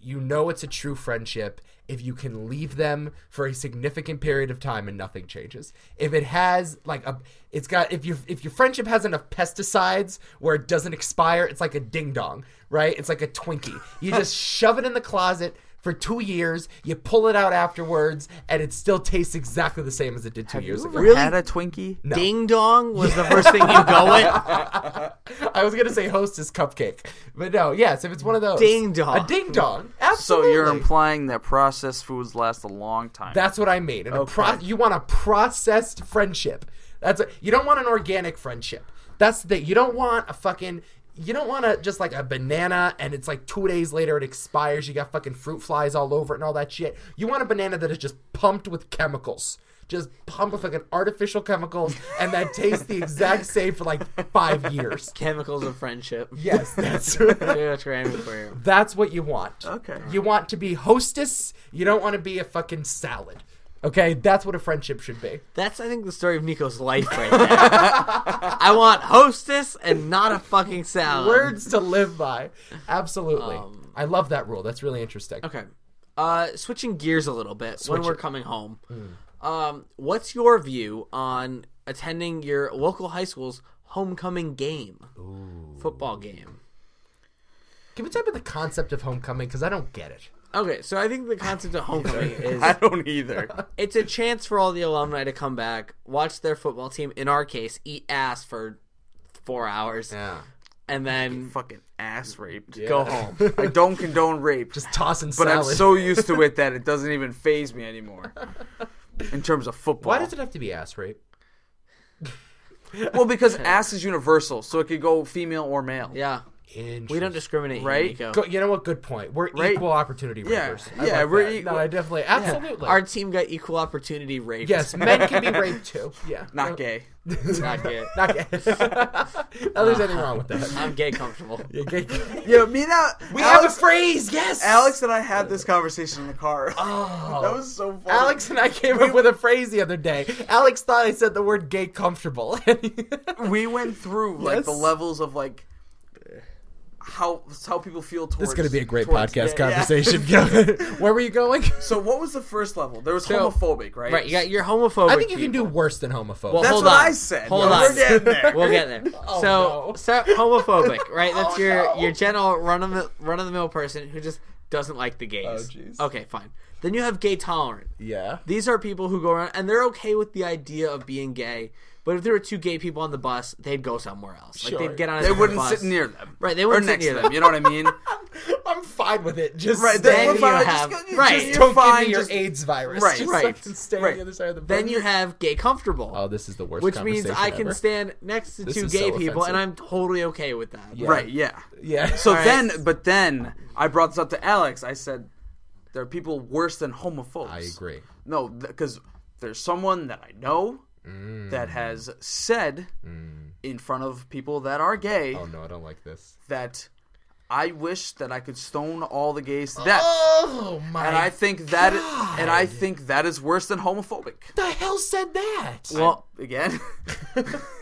Speaker 1: You know it's a true friendship if you can leave them for a significant period of time and nothing changes. If it has like a, it's got if your if your friendship has enough pesticides where it doesn't expire, it's like a ding dong, right? It's like a Twinkie. You just shove it in the closet for two years, you pull it out afterwards, and it still tastes exactly the same as it did two years ago.
Speaker 4: Really?
Speaker 2: Had a Twinkie? No.
Speaker 4: Ding dong was the first thing you go with.
Speaker 1: I was gonna say hostess cupcake, but no. Yes, if it's one of those
Speaker 4: Ding dong.
Speaker 1: a ding dong.
Speaker 2: So
Speaker 1: Absolutely.
Speaker 2: you're implying that processed foods last a long time.
Speaker 1: That's what I mean. And a pro- you want a processed friendship. That's a, you don't want an organic friendship. That's the thing. You don't want a fucking. You don't want to just like a banana and it's like two days later it expires. You got fucking fruit flies all over it and all that shit. You want a banana that is just pumped with chemicals. Just pumped with fucking artificial chemicals and that tastes the exact same for like five years.
Speaker 4: Chemicals of friendship.
Speaker 1: Yes, that's
Speaker 4: Yeah, that's what I aiming for you.
Speaker 1: That's what you want.
Speaker 2: Okay.
Speaker 1: You want to be hostess. You don't want to be a fucking salad. Okay, that's what a friendship should be.
Speaker 4: That's I think the story of Nico's life right there. I want hostess and not a fucking
Speaker 2: Um,
Speaker 4: salad.
Speaker 1: Words to live by. Absolutely. I love that rule. That's really interesting.
Speaker 4: Okay. Uh, switching gears a little bit when we're coming home. Um, what's your view on attending your local high school's homecoming game? Football game.
Speaker 1: Can we type in the concept of homecoming? Because I don't get it.
Speaker 4: Okay, so I think the concept of homecoming is
Speaker 2: I don't either.
Speaker 4: it's a chance for all the alumni to come back, watch their football team, in our case, eat ass for four hours,
Speaker 1: Yeah.
Speaker 4: and then
Speaker 2: Fucking ass raped.
Speaker 4: go home.
Speaker 2: I don't condone rape,
Speaker 1: Just tossing
Speaker 2: but
Speaker 1: salad.
Speaker 2: I'm so used to it that it doesn't even phase me anymore. In terms of football,
Speaker 1: Why does it have to be ass rape?
Speaker 2: well, because ass is universal, so it could go female or male.
Speaker 4: Yeah.
Speaker 1: Interesting.
Speaker 4: We don't discriminate, here,
Speaker 2: Right?
Speaker 4: Nico.
Speaker 1: Go, you know what? Good point. We're
Speaker 2: Right?
Speaker 1: equal opportunity
Speaker 2: Yeah,
Speaker 1: rapers.
Speaker 2: yeah,
Speaker 1: I like
Speaker 2: we're
Speaker 1: that.
Speaker 2: equal-
Speaker 1: No, I definitely, absolutely.
Speaker 4: Our team got equal opportunity raped.
Speaker 1: yes, men can be raped too. Yeah,
Speaker 2: Not gay.
Speaker 4: not gay.
Speaker 1: Not gay. no, there's anything wrong with
Speaker 2: Um,
Speaker 1: that.
Speaker 4: I'm gay comfortable.
Speaker 1: You're gay.
Speaker 2: Yo, me and Al-
Speaker 1: We have a
Speaker 2: Alex,
Speaker 1: phrase. Yes,
Speaker 2: Alex and I had this conversation in the car.
Speaker 1: Oh.
Speaker 2: that was so funny.
Speaker 1: Alex and I came up with a phrase the other day. Alex thought I said the word gay comfortable.
Speaker 2: we went through like
Speaker 1: Yes.
Speaker 2: the levels of like how how people feel towards.
Speaker 1: this is going to be a great
Speaker 2: towards-
Speaker 1: podcast
Speaker 2: yeah, yeah.
Speaker 1: conversation. Go- Where were you going?
Speaker 2: So what was the first level? There was
Speaker 4: So-
Speaker 2: homophobic, right?
Speaker 4: Right, you got your homophobic.
Speaker 1: I think you can
Speaker 4: people.
Speaker 1: do worse than homophobic.
Speaker 4: Well,
Speaker 2: That's
Speaker 4: hold
Speaker 2: what
Speaker 4: on.
Speaker 2: I said.
Speaker 4: Hold
Speaker 2: Yo,
Speaker 4: on.
Speaker 2: We're getting there.
Speaker 4: We'll get there.
Speaker 1: Oh,
Speaker 4: so,
Speaker 1: no.
Speaker 4: so homophobic, right? That's
Speaker 1: Oh,
Speaker 4: your
Speaker 1: no.
Speaker 4: your general run of the run of the mill person who just doesn't like the gays.
Speaker 1: Oh, jeez.
Speaker 4: okay, fine. Then you have gay tolerant.
Speaker 1: yeah.
Speaker 4: These are people who go around and they're okay with the idea of being gay, but if there were two gay people on the bus, they'd go somewhere else. Like
Speaker 1: Sure.
Speaker 4: they'd get on. A
Speaker 2: They
Speaker 4: different
Speaker 2: wouldn't
Speaker 4: bus.
Speaker 2: sit near them.
Speaker 4: Right, they
Speaker 2: Or
Speaker 4: wouldn't sit
Speaker 2: next
Speaker 4: near
Speaker 2: to
Speaker 4: them.
Speaker 2: them. You know what I mean?
Speaker 1: I'm fine with it. Just
Speaker 2: Right.
Speaker 1: then,
Speaker 2: Then
Speaker 4: Then
Speaker 2: we're
Speaker 4: you
Speaker 2: fine.
Speaker 4: have-
Speaker 2: just, go-
Speaker 4: right.
Speaker 2: just, you're
Speaker 1: don't give
Speaker 2: fine.
Speaker 1: me your
Speaker 2: just,
Speaker 1: AIDS virus.
Speaker 2: Right,
Speaker 1: Just
Speaker 4: right,
Speaker 1: fucking stay on
Speaker 2: right.
Speaker 1: the other side of the bus.
Speaker 4: Then you have gay comfortable.
Speaker 1: Oh, this is the worst.
Speaker 4: which means I
Speaker 1: conversation
Speaker 4: can
Speaker 1: ever.
Speaker 4: stand next to
Speaker 1: This
Speaker 4: two
Speaker 1: is
Speaker 4: gay
Speaker 1: so
Speaker 4: people,
Speaker 1: offensive.
Speaker 4: and I'm totally okay with that.
Speaker 1: Yeah.
Speaker 2: Right. Yeah.
Speaker 1: Yeah.
Speaker 2: So
Speaker 4: right.
Speaker 2: then, but then I brought this up to Alex. I said there are people worse than homophobes.
Speaker 1: I agree.
Speaker 2: No, because there's someone that I know
Speaker 1: Mm.
Speaker 2: that has said in front of people that are gay
Speaker 1: Oh no, I don't like this.
Speaker 2: that I wish that I could stone all the gays to death.
Speaker 1: Oh my!
Speaker 2: and I think that, and I think that is worse than homophobic.
Speaker 1: the hell said that?
Speaker 4: Well,
Speaker 2: Again,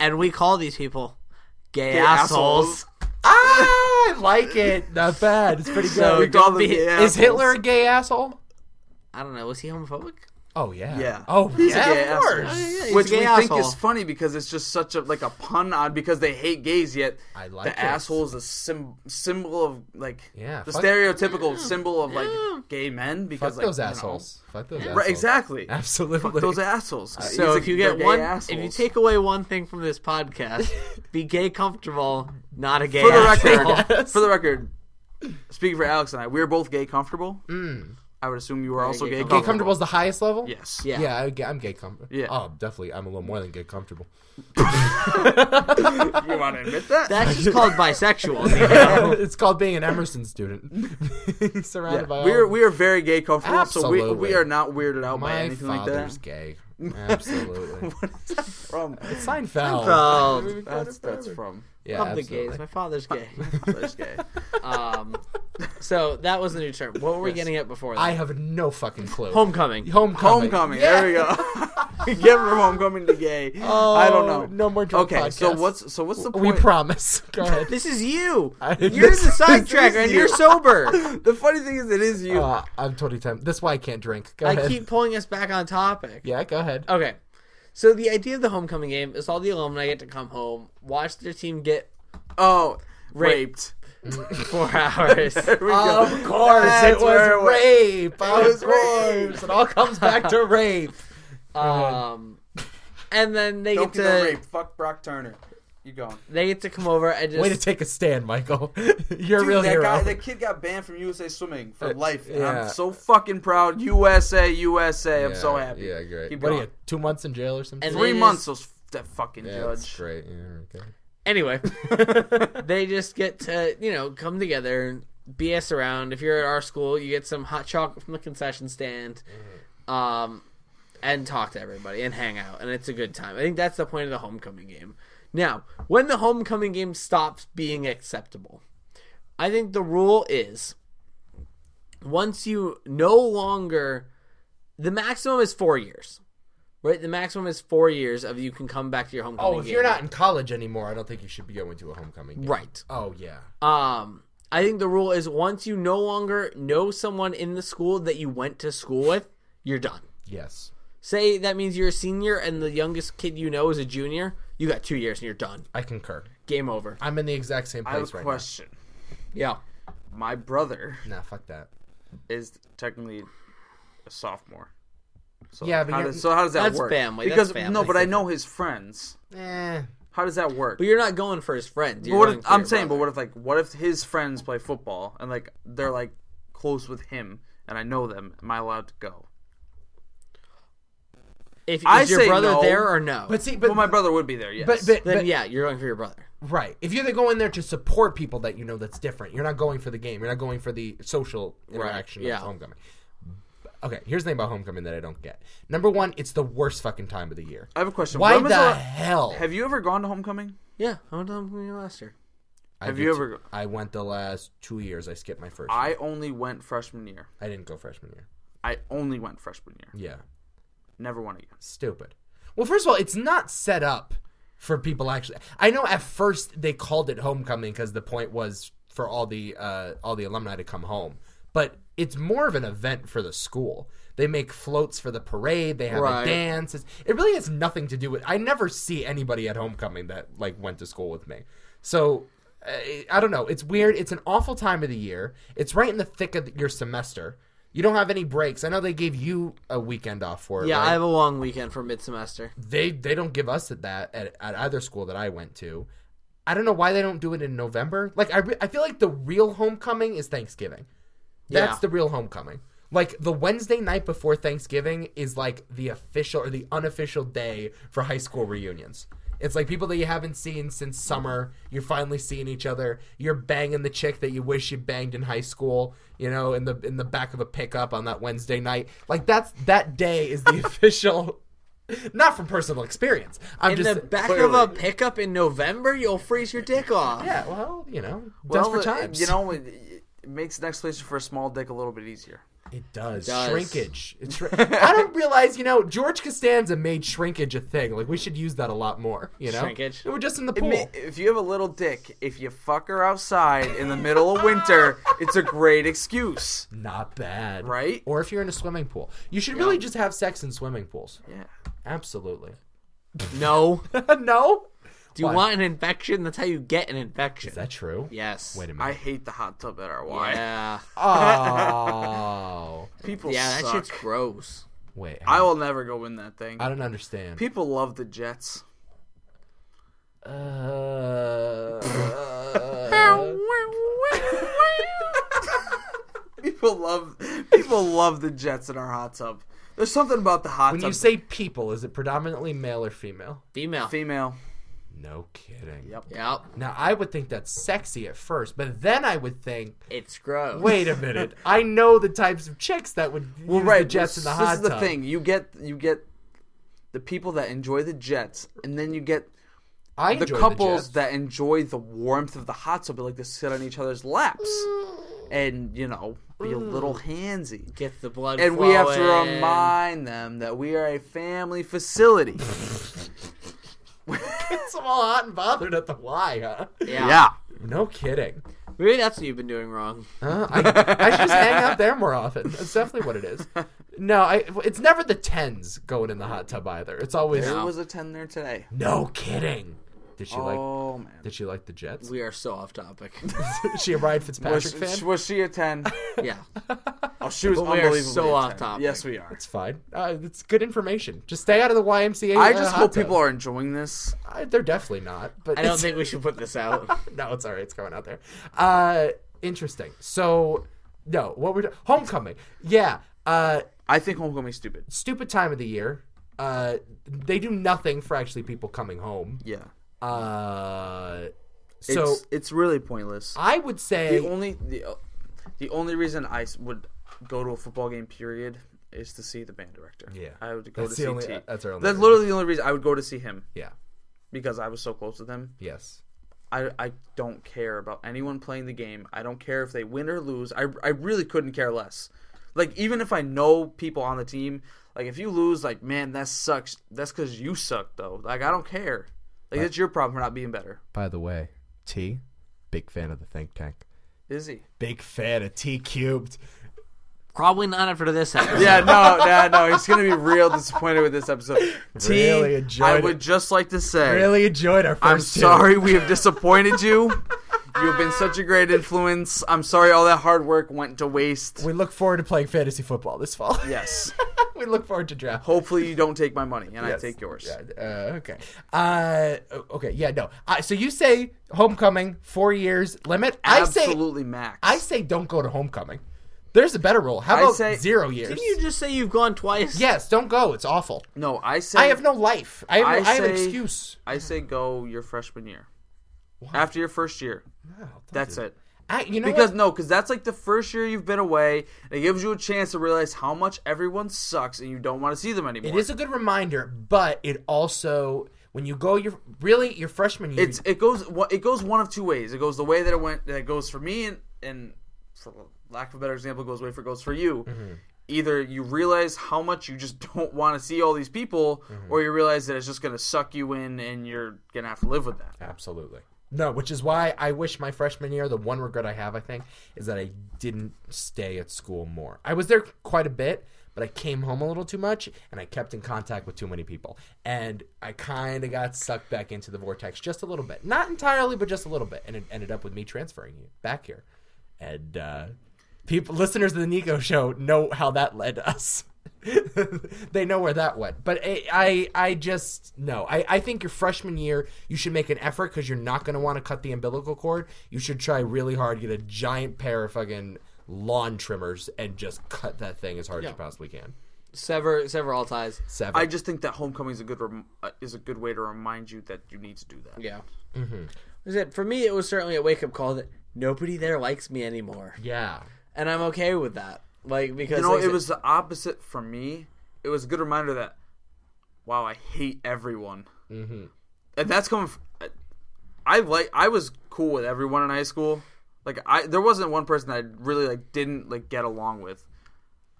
Speaker 4: and we call these people gay,
Speaker 2: Gay
Speaker 4: assholes.
Speaker 2: assholes.
Speaker 1: I like it. Not bad. It's pretty good.
Speaker 4: So
Speaker 2: we call them
Speaker 4: be-
Speaker 2: gay
Speaker 1: is
Speaker 2: assholes.
Speaker 1: Hitler a gay asshole?
Speaker 4: I don't know. Was he homophobic?
Speaker 1: Oh yeah.
Speaker 2: Yeah.
Speaker 1: Oh
Speaker 2: He's a
Speaker 1: yeah.
Speaker 2: gay
Speaker 1: of course.
Speaker 2: asshole.
Speaker 4: yeah, he's
Speaker 2: which
Speaker 4: a gay
Speaker 2: we
Speaker 4: asshole.
Speaker 2: think is funny because it's just such a like a pun on because they hate gays yet
Speaker 1: I like
Speaker 2: the
Speaker 1: it.
Speaker 2: asshole is a sim- symbol of like
Speaker 1: Yeah,
Speaker 2: the
Speaker 1: fuck-
Speaker 2: stereotypical symbol of like gay men
Speaker 1: Fuck
Speaker 2: because like,
Speaker 1: those
Speaker 2: you know.
Speaker 1: assholes. Fuck those assholes.
Speaker 2: right exactly
Speaker 1: Absolutely.
Speaker 2: those assholes He's
Speaker 4: So
Speaker 2: like,
Speaker 4: if you
Speaker 2: they're
Speaker 4: get
Speaker 2: gay
Speaker 4: one,
Speaker 2: assholes.
Speaker 4: if you take away one thing from this podcast, be gay comfortable, not a gay
Speaker 2: for the
Speaker 4: asshole.
Speaker 2: record for the record speaking for Alex and I we're both gay comfortable I would assume you are also
Speaker 4: gay
Speaker 2: gay,
Speaker 4: comfortable.
Speaker 1: Mm. gay comfortable is the highest level.
Speaker 2: yes
Speaker 4: Yeah.
Speaker 1: Yeah, I, am gay comfortable.
Speaker 2: Yeah.
Speaker 1: Oh, definitely. I'm a little more than gay comfortable.
Speaker 2: you want to admit that,
Speaker 4: That's just called bisexual. Nico.
Speaker 1: it's called being an Emerson student. Surrounded
Speaker 2: Yeah.
Speaker 1: by
Speaker 2: we're
Speaker 1: all-
Speaker 2: we are very gay comfortable so we
Speaker 1: Absolutely.
Speaker 2: we are not weirded out by
Speaker 1: My
Speaker 2: anything like
Speaker 1: father's
Speaker 2: that
Speaker 1: gay. Absolutely.
Speaker 2: from
Speaker 1: Seinfeld.
Speaker 4: Seinfeld.
Speaker 1: We've been going
Speaker 2: that's
Speaker 1: to
Speaker 2: that's
Speaker 1: forever.
Speaker 2: from
Speaker 1: Yeah,
Speaker 4: Love the
Speaker 1: absolutely.
Speaker 4: gays. My father's gay.
Speaker 2: that's gay.
Speaker 4: Um, so that was the new term. What were we
Speaker 2: Yes.
Speaker 4: getting at before that?
Speaker 1: I have no fucking clue.
Speaker 4: Homecoming.
Speaker 1: Homecoming.
Speaker 2: Homecoming.
Speaker 1: Yeah.
Speaker 2: There we go. We Give her homecoming to gay. I don't know.
Speaker 1: Oh, No more drunk
Speaker 2: Okay, so
Speaker 1: podcasts.
Speaker 2: what's so what's the
Speaker 1: We
Speaker 2: point?
Speaker 1: promise. Go ahead.
Speaker 4: This is you.
Speaker 1: I-
Speaker 4: You're
Speaker 1: this
Speaker 4: the
Speaker 1: is
Speaker 4: sidetracker, and
Speaker 2: you.
Speaker 4: you're sober.
Speaker 2: the funny thing is, it is you.
Speaker 1: Uh, I'm 20 times. That's why I can't drink. Go
Speaker 4: I
Speaker 1: ahead.
Speaker 4: keep pulling us back on topic.
Speaker 1: Yeah, go ahead.
Speaker 4: Okay. So the idea of the homecoming game is all the alumni get to come home, watch their team get
Speaker 2: oh,
Speaker 4: Raped.
Speaker 2: raped.
Speaker 4: four hours.
Speaker 2: There we
Speaker 1: Of
Speaker 2: go.
Speaker 1: course,
Speaker 2: That's
Speaker 1: it was
Speaker 2: where it went.
Speaker 1: rape. Of
Speaker 2: was rape.
Speaker 1: course, it all comes back to rape.
Speaker 4: um, and then they
Speaker 2: Don't
Speaker 4: get
Speaker 2: get no
Speaker 4: to
Speaker 2: rape. Fuck Brock Turner. You going?
Speaker 4: they get to come over and just
Speaker 1: Way to take a stand, Michael. You're a
Speaker 2: Dude,
Speaker 1: real
Speaker 2: that
Speaker 1: hero.
Speaker 2: guy, that kid got banned from USA Swimming for life. and
Speaker 1: yeah.
Speaker 2: I'm so fucking proud. USA, USA. I'm so
Speaker 1: Yeah,
Speaker 2: happy.
Speaker 1: Yeah, great.
Speaker 2: Keep
Speaker 1: what are
Speaker 2: going.
Speaker 1: you? Two months in jail or something?
Speaker 4: And
Speaker 2: Three
Speaker 4: They
Speaker 2: months.
Speaker 4: just-
Speaker 2: Those that fucking
Speaker 1: yeah, that's
Speaker 2: judge.
Speaker 1: great. Yeah, okay.
Speaker 4: anyway. they just get to you know come together and BS around. If you're at our school, you get some hot chocolate from the concession stand,
Speaker 1: Mm-hmm.
Speaker 4: um, and talk to everybody and hang out, and it's a good time. I think that's the point of the homecoming game. Now, when the homecoming game stops being acceptable, I think the rule is once you no longer the maximum is four years. Right, the maximum is four years of you can come back to your homecoming.
Speaker 1: Oh, if
Speaker 4: game.
Speaker 1: you're not in college anymore, I don't think you should be going to a homecoming. Game.
Speaker 4: right,
Speaker 1: Oh yeah.
Speaker 4: um, I think the rule is once you no longer know someone in the school that you went to school with, you're done.
Speaker 1: Yes.
Speaker 4: Say that means you're a senior and the youngest kid you know is a junior. You got two years and you're done.
Speaker 1: I concur.
Speaker 4: Game over.
Speaker 1: I'm in the exact same
Speaker 2: I have a
Speaker 1: place right
Speaker 2: question.
Speaker 4: Yeah.
Speaker 2: My brother
Speaker 1: now. Nah, fuck that.
Speaker 2: is technically a sophomore. So
Speaker 1: Yeah, but
Speaker 2: how
Speaker 1: you're-
Speaker 2: does, so how does that
Speaker 4: That's
Speaker 2: work?
Speaker 4: family,
Speaker 2: Because
Speaker 4: that's
Speaker 2: no,
Speaker 4: family.
Speaker 2: but I know his friends.
Speaker 1: Eh.
Speaker 2: How does that work?
Speaker 4: But you're not going for his friends. You're
Speaker 2: But what
Speaker 4: going
Speaker 2: if-
Speaker 4: for
Speaker 2: I'm
Speaker 4: your
Speaker 2: saying, but
Speaker 4: brother.
Speaker 2: what if like what if his friends play football and like they're like close with him and I know them? Am I allowed to go?
Speaker 4: If is
Speaker 2: I
Speaker 4: your
Speaker 2: say
Speaker 4: brother
Speaker 2: no,
Speaker 4: there or no?
Speaker 1: But see, but
Speaker 2: well, my brother would be there. Yes.
Speaker 1: but but,
Speaker 4: then
Speaker 1: but-
Speaker 4: yeah, you're going for your brother.
Speaker 1: right. If you're going there to support people that you know that's different, you're not going for the game. You're not going for the social interaction
Speaker 4: yeah.
Speaker 1: of homecoming. Okay, here's the thing about homecoming that I don't get. Number one, it's the worst fucking time of the year.
Speaker 2: I have a question.
Speaker 1: Why
Speaker 2: Uh, When
Speaker 1: the
Speaker 2: was la-
Speaker 1: hell?
Speaker 2: Have you ever gone to homecoming?
Speaker 4: Yeah, I went to homecoming last year.
Speaker 1: I
Speaker 2: have
Speaker 1: did
Speaker 2: you
Speaker 1: t-
Speaker 2: ever-
Speaker 1: I went the last two years. I skipped my first. I,
Speaker 2: I only went freshman year.
Speaker 1: I didn't go freshman year.
Speaker 2: I only went freshman year.
Speaker 1: Yeah.
Speaker 2: Never went again.
Speaker 1: stupid. Well, first of all, it's not set up for people actually. I know at first they called it homecoming because the point was for all the uh, all the alumni to come home, but it's more of an event for the school. They make floats for the parade. They have
Speaker 4: Right.
Speaker 1: a dance. It's, it really has nothing to do with. I never see anybody at homecoming that like went to school with me. So I, I don't know. It's weird. It's an awful time of the year. It's right in the thick of your semester. You don't have any breaks. I know they gave you a weekend off for it.
Speaker 4: Yeah,
Speaker 1: right?
Speaker 4: I have a long weekend for mid semester.
Speaker 1: they they don't give us at that at, at either school that I went to. I don't know why they don't do it in November. Like I re- I feel like the real homecoming is Thanksgiving. That's
Speaker 4: Yeah.
Speaker 1: the real homecoming. Like the Wednesday night before Thanksgiving is like the official or the unofficial day for high school reunions. It's like people that you haven't seen since summer. You're finally seeing each other. You're banging the chick that you wish you banged in high school. You know, in the in the back of a pickup on that Wednesday night. Like that's that day is the official. Not from personal experience. I'm
Speaker 4: In
Speaker 1: just
Speaker 4: the back of
Speaker 2: clearly.
Speaker 4: a pickup in November, you'll freeze your dick off.
Speaker 1: yeah. Well, you know,
Speaker 2: Well,
Speaker 1: desperate
Speaker 2: it-
Speaker 1: times.
Speaker 2: You know, it, it makes the explanation for a small dick a little bit easier.
Speaker 1: It does.
Speaker 4: does.
Speaker 1: Shrinkage. It's shri- I don't realize, you know, George Costanza made shrinkage a thing. Like, we should use that a lot more, you know?
Speaker 4: Shrinkage.
Speaker 1: And we're just in the
Speaker 2: It
Speaker 1: pool.
Speaker 2: ma- if you have a little dick, if you fuck her outside in the middle of winter, it's a great excuse,
Speaker 1: Not bad.
Speaker 2: right?
Speaker 1: Or if you're in a swimming pool. You should really just have sex in swimming pools.
Speaker 2: Yeah.
Speaker 1: Absolutely.
Speaker 4: No.
Speaker 1: no?
Speaker 4: Do you
Speaker 1: Why?
Speaker 4: want an infection? That's how you get an infection.
Speaker 1: Is that true?
Speaker 4: yes.
Speaker 1: Wait a minute.
Speaker 2: I hate the hot tub at our Y.
Speaker 4: Yeah.
Speaker 1: Oh.
Speaker 2: People
Speaker 4: yeah, that
Speaker 2: suck.
Speaker 4: shit's gross.
Speaker 1: Wait.
Speaker 2: I will never go in that thing.
Speaker 1: I don't understand.
Speaker 2: People love the Jets.
Speaker 1: Uh,
Speaker 2: People love people love the Jets in our hot tub. There's something about the hot
Speaker 1: when
Speaker 2: tub.
Speaker 1: you say people, is it predominantly male or female?
Speaker 4: Female.
Speaker 2: female,
Speaker 1: No kidding.
Speaker 2: Yep.
Speaker 4: yep.
Speaker 1: Now I would think that's sexy at first, but then I would think,
Speaker 4: It's gross.
Speaker 1: wait a minute, I know the types of chicks that would well, use the Jets
Speaker 2: this,
Speaker 1: in the
Speaker 2: this
Speaker 1: hot
Speaker 2: is the
Speaker 1: tub.
Speaker 2: thing. You get you get the people that enjoy the Jets, and then you get
Speaker 1: I
Speaker 2: the
Speaker 1: enjoy
Speaker 2: couples
Speaker 1: Jets.
Speaker 2: that enjoy the warmth of the hot tub, like to sit on each other's laps, and you know, be a
Speaker 1: Mm.
Speaker 2: little handsy.
Speaker 4: Get the blood
Speaker 2: And we have to
Speaker 4: flowing.
Speaker 2: remind them that we are a family facility.
Speaker 1: It's all hot and bothered at the Y, huh?
Speaker 4: Yeah.
Speaker 1: No kidding.
Speaker 4: Maybe that's what you've been doing wrong.
Speaker 1: Uh, I, I should just hang out there more often. That's definitely what it is. No, I, it's never the tens going in the hot tub either. It's always
Speaker 2: There
Speaker 1: no,
Speaker 2: was a ten there today.
Speaker 1: kidding. Did she like?
Speaker 2: oh man.
Speaker 1: Did she like the Jets?
Speaker 4: We are so off topic.
Speaker 1: Is she a Ryan
Speaker 2: Was
Speaker 1: Fitzpatrick fan?
Speaker 2: she, was she a ten?
Speaker 4: yeah.
Speaker 2: Oh, she was
Speaker 4: But we are
Speaker 2: unbelievably
Speaker 4: so
Speaker 2: a
Speaker 4: off
Speaker 2: 10.
Speaker 4: topic.
Speaker 2: Yes, we are.
Speaker 1: It's fine. Uh, it's good information. Just stay out of the YMCA.
Speaker 2: I
Speaker 1: uh,
Speaker 2: just
Speaker 1: hot
Speaker 2: hope
Speaker 1: tub.
Speaker 2: people are enjoying this.
Speaker 1: Uh, they're definitely not. But
Speaker 4: I don't think we should put this out.
Speaker 1: no, it's all right. It's going out there. Uh, interesting. So, no, what we're homecoming. Yeah, uh,
Speaker 2: I think homecoming's stupid.
Speaker 1: stupid time of the year. Uh, they do nothing for actually people coming home.
Speaker 2: Yeah.
Speaker 1: Uh,
Speaker 2: It's,
Speaker 1: so
Speaker 2: it's really pointless.
Speaker 1: I would say
Speaker 2: the only the, uh, the only reason I s- would go to a football game period is to see the band director.
Speaker 1: Yeah.
Speaker 2: I would go
Speaker 1: That's the
Speaker 2: to see
Speaker 1: only- uh,
Speaker 2: T.
Speaker 1: that's our only
Speaker 2: That's
Speaker 1: reason.
Speaker 2: literally the only reason I would go to see him
Speaker 1: yeah,
Speaker 2: because I was so close with him.
Speaker 1: yes,
Speaker 2: I I don't care about anyone playing the game. I don't care if they win or lose. I I really couldn't care less. Like even if I know people on the team, like if you lose, like man, that sucks. That's because you suck though. Like I don't care. Like it's your problem for not being better.
Speaker 1: By the way, T, big fan of the think tank.
Speaker 2: Is he?
Speaker 1: Big fan of T cubed.
Speaker 4: Probably not after this episode.
Speaker 2: Yeah, no, no, no. He's gonna be real disappointed with this episode. T, I
Speaker 1: Really enjoyed it.
Speaker 2: would just like to say,
Speaker 1: Really enjoyed our first.
Speaker 2: I'm
Speaker 1: two.
Speaker 2: sorry we have disappointed you. You've been such a great influence. I'm sorry all that hard work went to waste.
Speaker 1: We look forward to playing fantasy football this fall.
Speaker 2: Yes.
Speaker 1: we look forward to draft.
Speaker 2: Hopefully you don't take my money and I
Speaker 1: Yes.
Speaker 2: take yours.
Speaker 1: Yeah, uh, okay. Uh, okay. Yeah. No. Uh, so you say homecoming four years limit. I say
Speaker 2: Absolutely, Max.
Speaker 1: I say don't go to homecoming There's a better rule. How
Speaker 2: I
Speaker 1: about
Speaker 2: say-
Speaker 1: zero years?
Speaker 4: Didn't you just say you've gone twice?
Speaker 1: yes, don't go. It's awful.
Speaker 2: No, I say
Speaker 1: I have no life. I have, no,
Speaker 2: I
Speaker 1: I have an
Speaker 2: say-
Speaker 1: excuse.
Speaker 2: I say go your freshman year. After your first year, that's it.
Speaker 1: I, you know
Speaker 2: Because
Speaker 1: what?
Speaker 2: no, because that's like the first year you've been away. And it gives you a chance to realize how much everyone sucks, and you don't want to see them anymore.
Speaker 1: It is a good reminder, but it also when you go your really your freshman year.
Speaker 2: It's it goes one- it goes one of two ways. It goes the way that it went. That it goes for me, and and for lack of a better example, it goes the way for it goes for you. Either you realize how much you just don't want to see all these people, or you realize that it's just gonna suck you in, and you're gonna have to live with that.
Speaker 1: absolutely no, which is why I wish my freshman year. The one regret I have, I think, is that I didn't stay at school more. I was there quite a bit, but I came home a little too much, and I kept in contact with too many people, and I kind of got sucked back into the vortex just a little bit, not entirely, but just a little bit, and it ended up with me transferring back here, and uh, people listeners of the Nico show know how that led us. they know where that went. But I I, I just no. I, I think your freshman year you should make an effort because you're not going to want to cut the umbilical cord. You should try really hard, get a giant pair of fucking lawn trimmers, and just cut that thing as hard as you possibly can.
Speaker 4: Sever sever all ties.
Speaker 1: Seven.
Speaker 2: I just think that homecoming is a good rem- uh, is a good way to remind you that you need to do that.
Speaker 4: Yeah. Mm-hmm. Was it for me? It was certainly a wake up call that nobody there likes me anymore,
Speaker 1: yeah.
Speaker 4: and I'm okay with that. Like because
Speaker 2: You know,
Speaker 4: like I
Speaker 2: it
Speaker 4: said-
Speaker 2: was the opposite for me. It was a good reminder that, wow, I hate everyone, mm-hmm. and that's coming. From, I like. I was cool with everyone in high school. Like I, there wasn't one person that I really like didn't like get along with.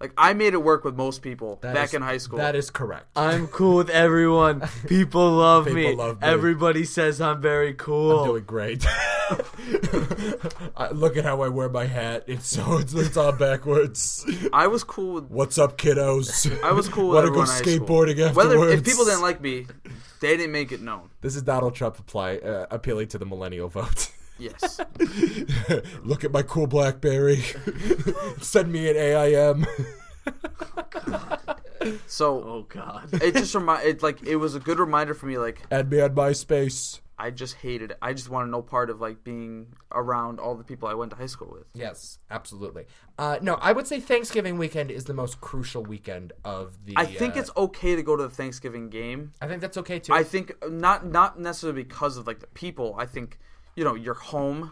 Speaker 2: Like I made it work with most people
Speaker 1: That
Speaker 2: back
Speaker 1: is-
Speaker 2: in high school.
Speaker 1: That is correct.
Speaker 4: I'm cool with everyone. People love me.
Speaker 1: love me.
Speaker 4: Everybody says I'm very cool.
Speaker 1: doing Oh, great. I, look at how I wear my hat. It's so it's, it's all backwards.
Speaker 2: I was cool with.
Speaker 1: What's up, kiddos?
Speaker 2: I was cool with
Speaker 1: Wanna
Speaker 2: everyone.
Speaker 1: go
Speaker 2: in high
Speaker 1: skateboarding
Speaker 2: school. Whether if
Speaker 1: afterwards?
Speaker 2: people didn't like me, they didn't make it known.
Speaker 1: This is Donald Trump apply, uh, appealing to the millennial vote.
Speaker 2: Yes.
Speaker 1: Look at my cool BlackBerry. Send me an AIM.
Speaker 2: So
Speaker 4: oh God.
Speaker 2: it just remind. It like it was a good reminder for me. Like
Speaker 1: Add me on MySpace.
Speaker 2: I just hated it. I just wanted no part of like being around all the people I went to high school with.
Speaker 1: Yes, absolutely. Uh, no, I would say Thanksgiving weekend is the most crucial weekend of the.
Speaker 2: I think
Speaker 1: uh,
Speaker 2: it's okay to go to the Thanksgiving game.
Speaker 1: I think that's okay too.
Speaker 2: I think not not necessarily because of like the people. I think you know you're home,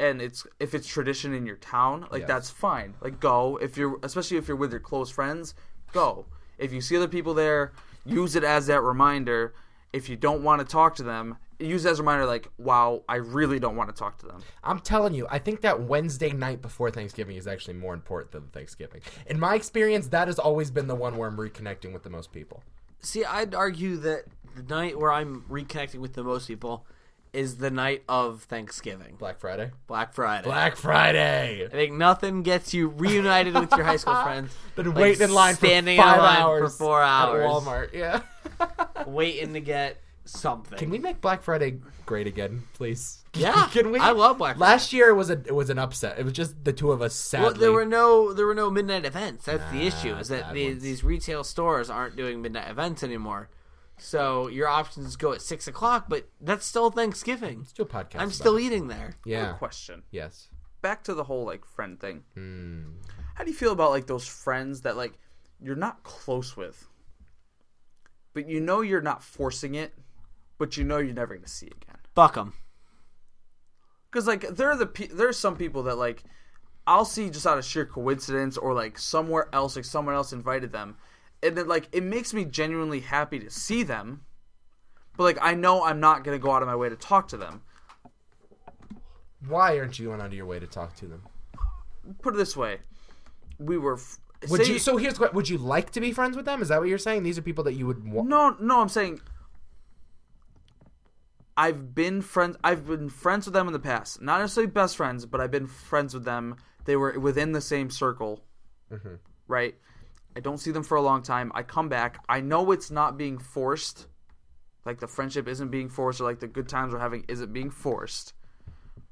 Speaker 2: and it's if it's tradition in your town, like
Speaker 1: Mm-hmm. Yes.
Speaker 2: that's fine. Like go if you're especially if you're with your close friends, go. If you see other people there, use it as that reminder. If you don't want to talk to them, use it as a reminder like, wow, I really don't want to talk to them.
Speaker 1: I'm telling you, I think that Wednesday night before Thanksgiving is actually more important than Thanksgiving. In my experience, that has always been the one where I'm reconnecting with the most people.
Speaker 4: See, I'd argue that the night where I'm reconnecting with the most people is the night of Thanksgiving,
Speaker 1: Black Friday.
Speaker 4: Black Friday.
Speaker 1: Black Friday.
Speaker 4: I think nothing gets you reunited with your high school friends
Speaker 1: Been
Speaker 4: like
Speaker 1: waiting in line for
Speaker 4: standing in
Speaker 1: five
Speaker 4: line
Speaker 1: hours
Speaker 4: for four hours,
Speaker 1: at Walmart. Yeah.
Speaker 4: waiting to get something.
Speaker 1: Can we make Black Friday great again, please?
Speaker 4: Yeah,
Speaker 1: Can we?
Speaker 4: I love Black Friday.
Speaker 1: Last year it was a it was an upset. It was just the two of us sadly.
Speaker 4: Well, there were no there were no midnight events. That's the issue is that
Speaker 1: bad
Speaker 4: the,
Speaker 1: ones.
Speaker 4: these retail stores aren't doing midnight events anymore. So your options go at six o'clock, but that's still Thanksgiving.
Speaker 1: Let's do a podcast.
Speaker 4: I'm
Speaker 1: about
Speaker 4: still
Speaker 1: it.
Speaker 4: eating there.
Speaker 1: Yeah.
Speaker 2: Question.
Speaker 1: Yes.
Speaker 2: back to the whole like friend thing.
Speaker 1: Mm.
Speaker 2: How do you feel about like those friends that like you're not close with, but you know you're not forcing it, but you know you're never gonna see again?
Speaker 4: Fuck them.
Speaker 2: Because like there are the pe- there are some people that like I'll see just out of sheer coincidence or like somewhere else like someone else invited them, and then like it makes me genuinely happy to see them, but like I know I'm not gonna go out of my way to talk to them.
Speaker 1: Why aren't you going out of your way to talk to them?
Speaker 2: Put it this way, we were. F-
Speaker 1: Would
Speaker 2: say-
Speaker 1: you? So here's what. Would you like to be friends with them? Is that what you're saying? These are people that you would want.
Speaker 2: No, no, I'm saying I've been friends. I've been friends with them in the past, not necessarily best friends, but I've been friends with them. They were within the same circle, right? I don't see them for a long time. I come back. I know it's not being forced. Like the friendship isn't being forced, or like the good times we're having isn't being forced.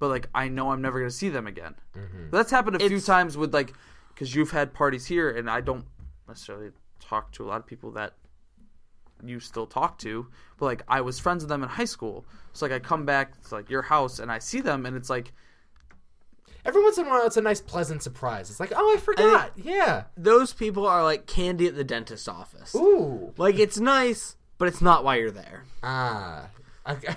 Speaker 2: But like I know I'm never gonna see them again.
Speaker 1: Mm-hmm.
Speaker 2: That's happened a few times with like, because you've had parties here, and I don't necessarily talk to a lot of people that you still talk to, but like I was friends with them in high school. So like I come back to like your house and I see them and it's like
Speaker 1: every once in a while, it's a nice, pleasant surprise. It's like, oh, I forgot. yeah.
Speaker 4: Those people are like candy at the dentist's office.
Speaker 1: Ooh.
Speaker 4: Like it's nice, but it's not why you're there.
Speaker 1: Ah. Okay.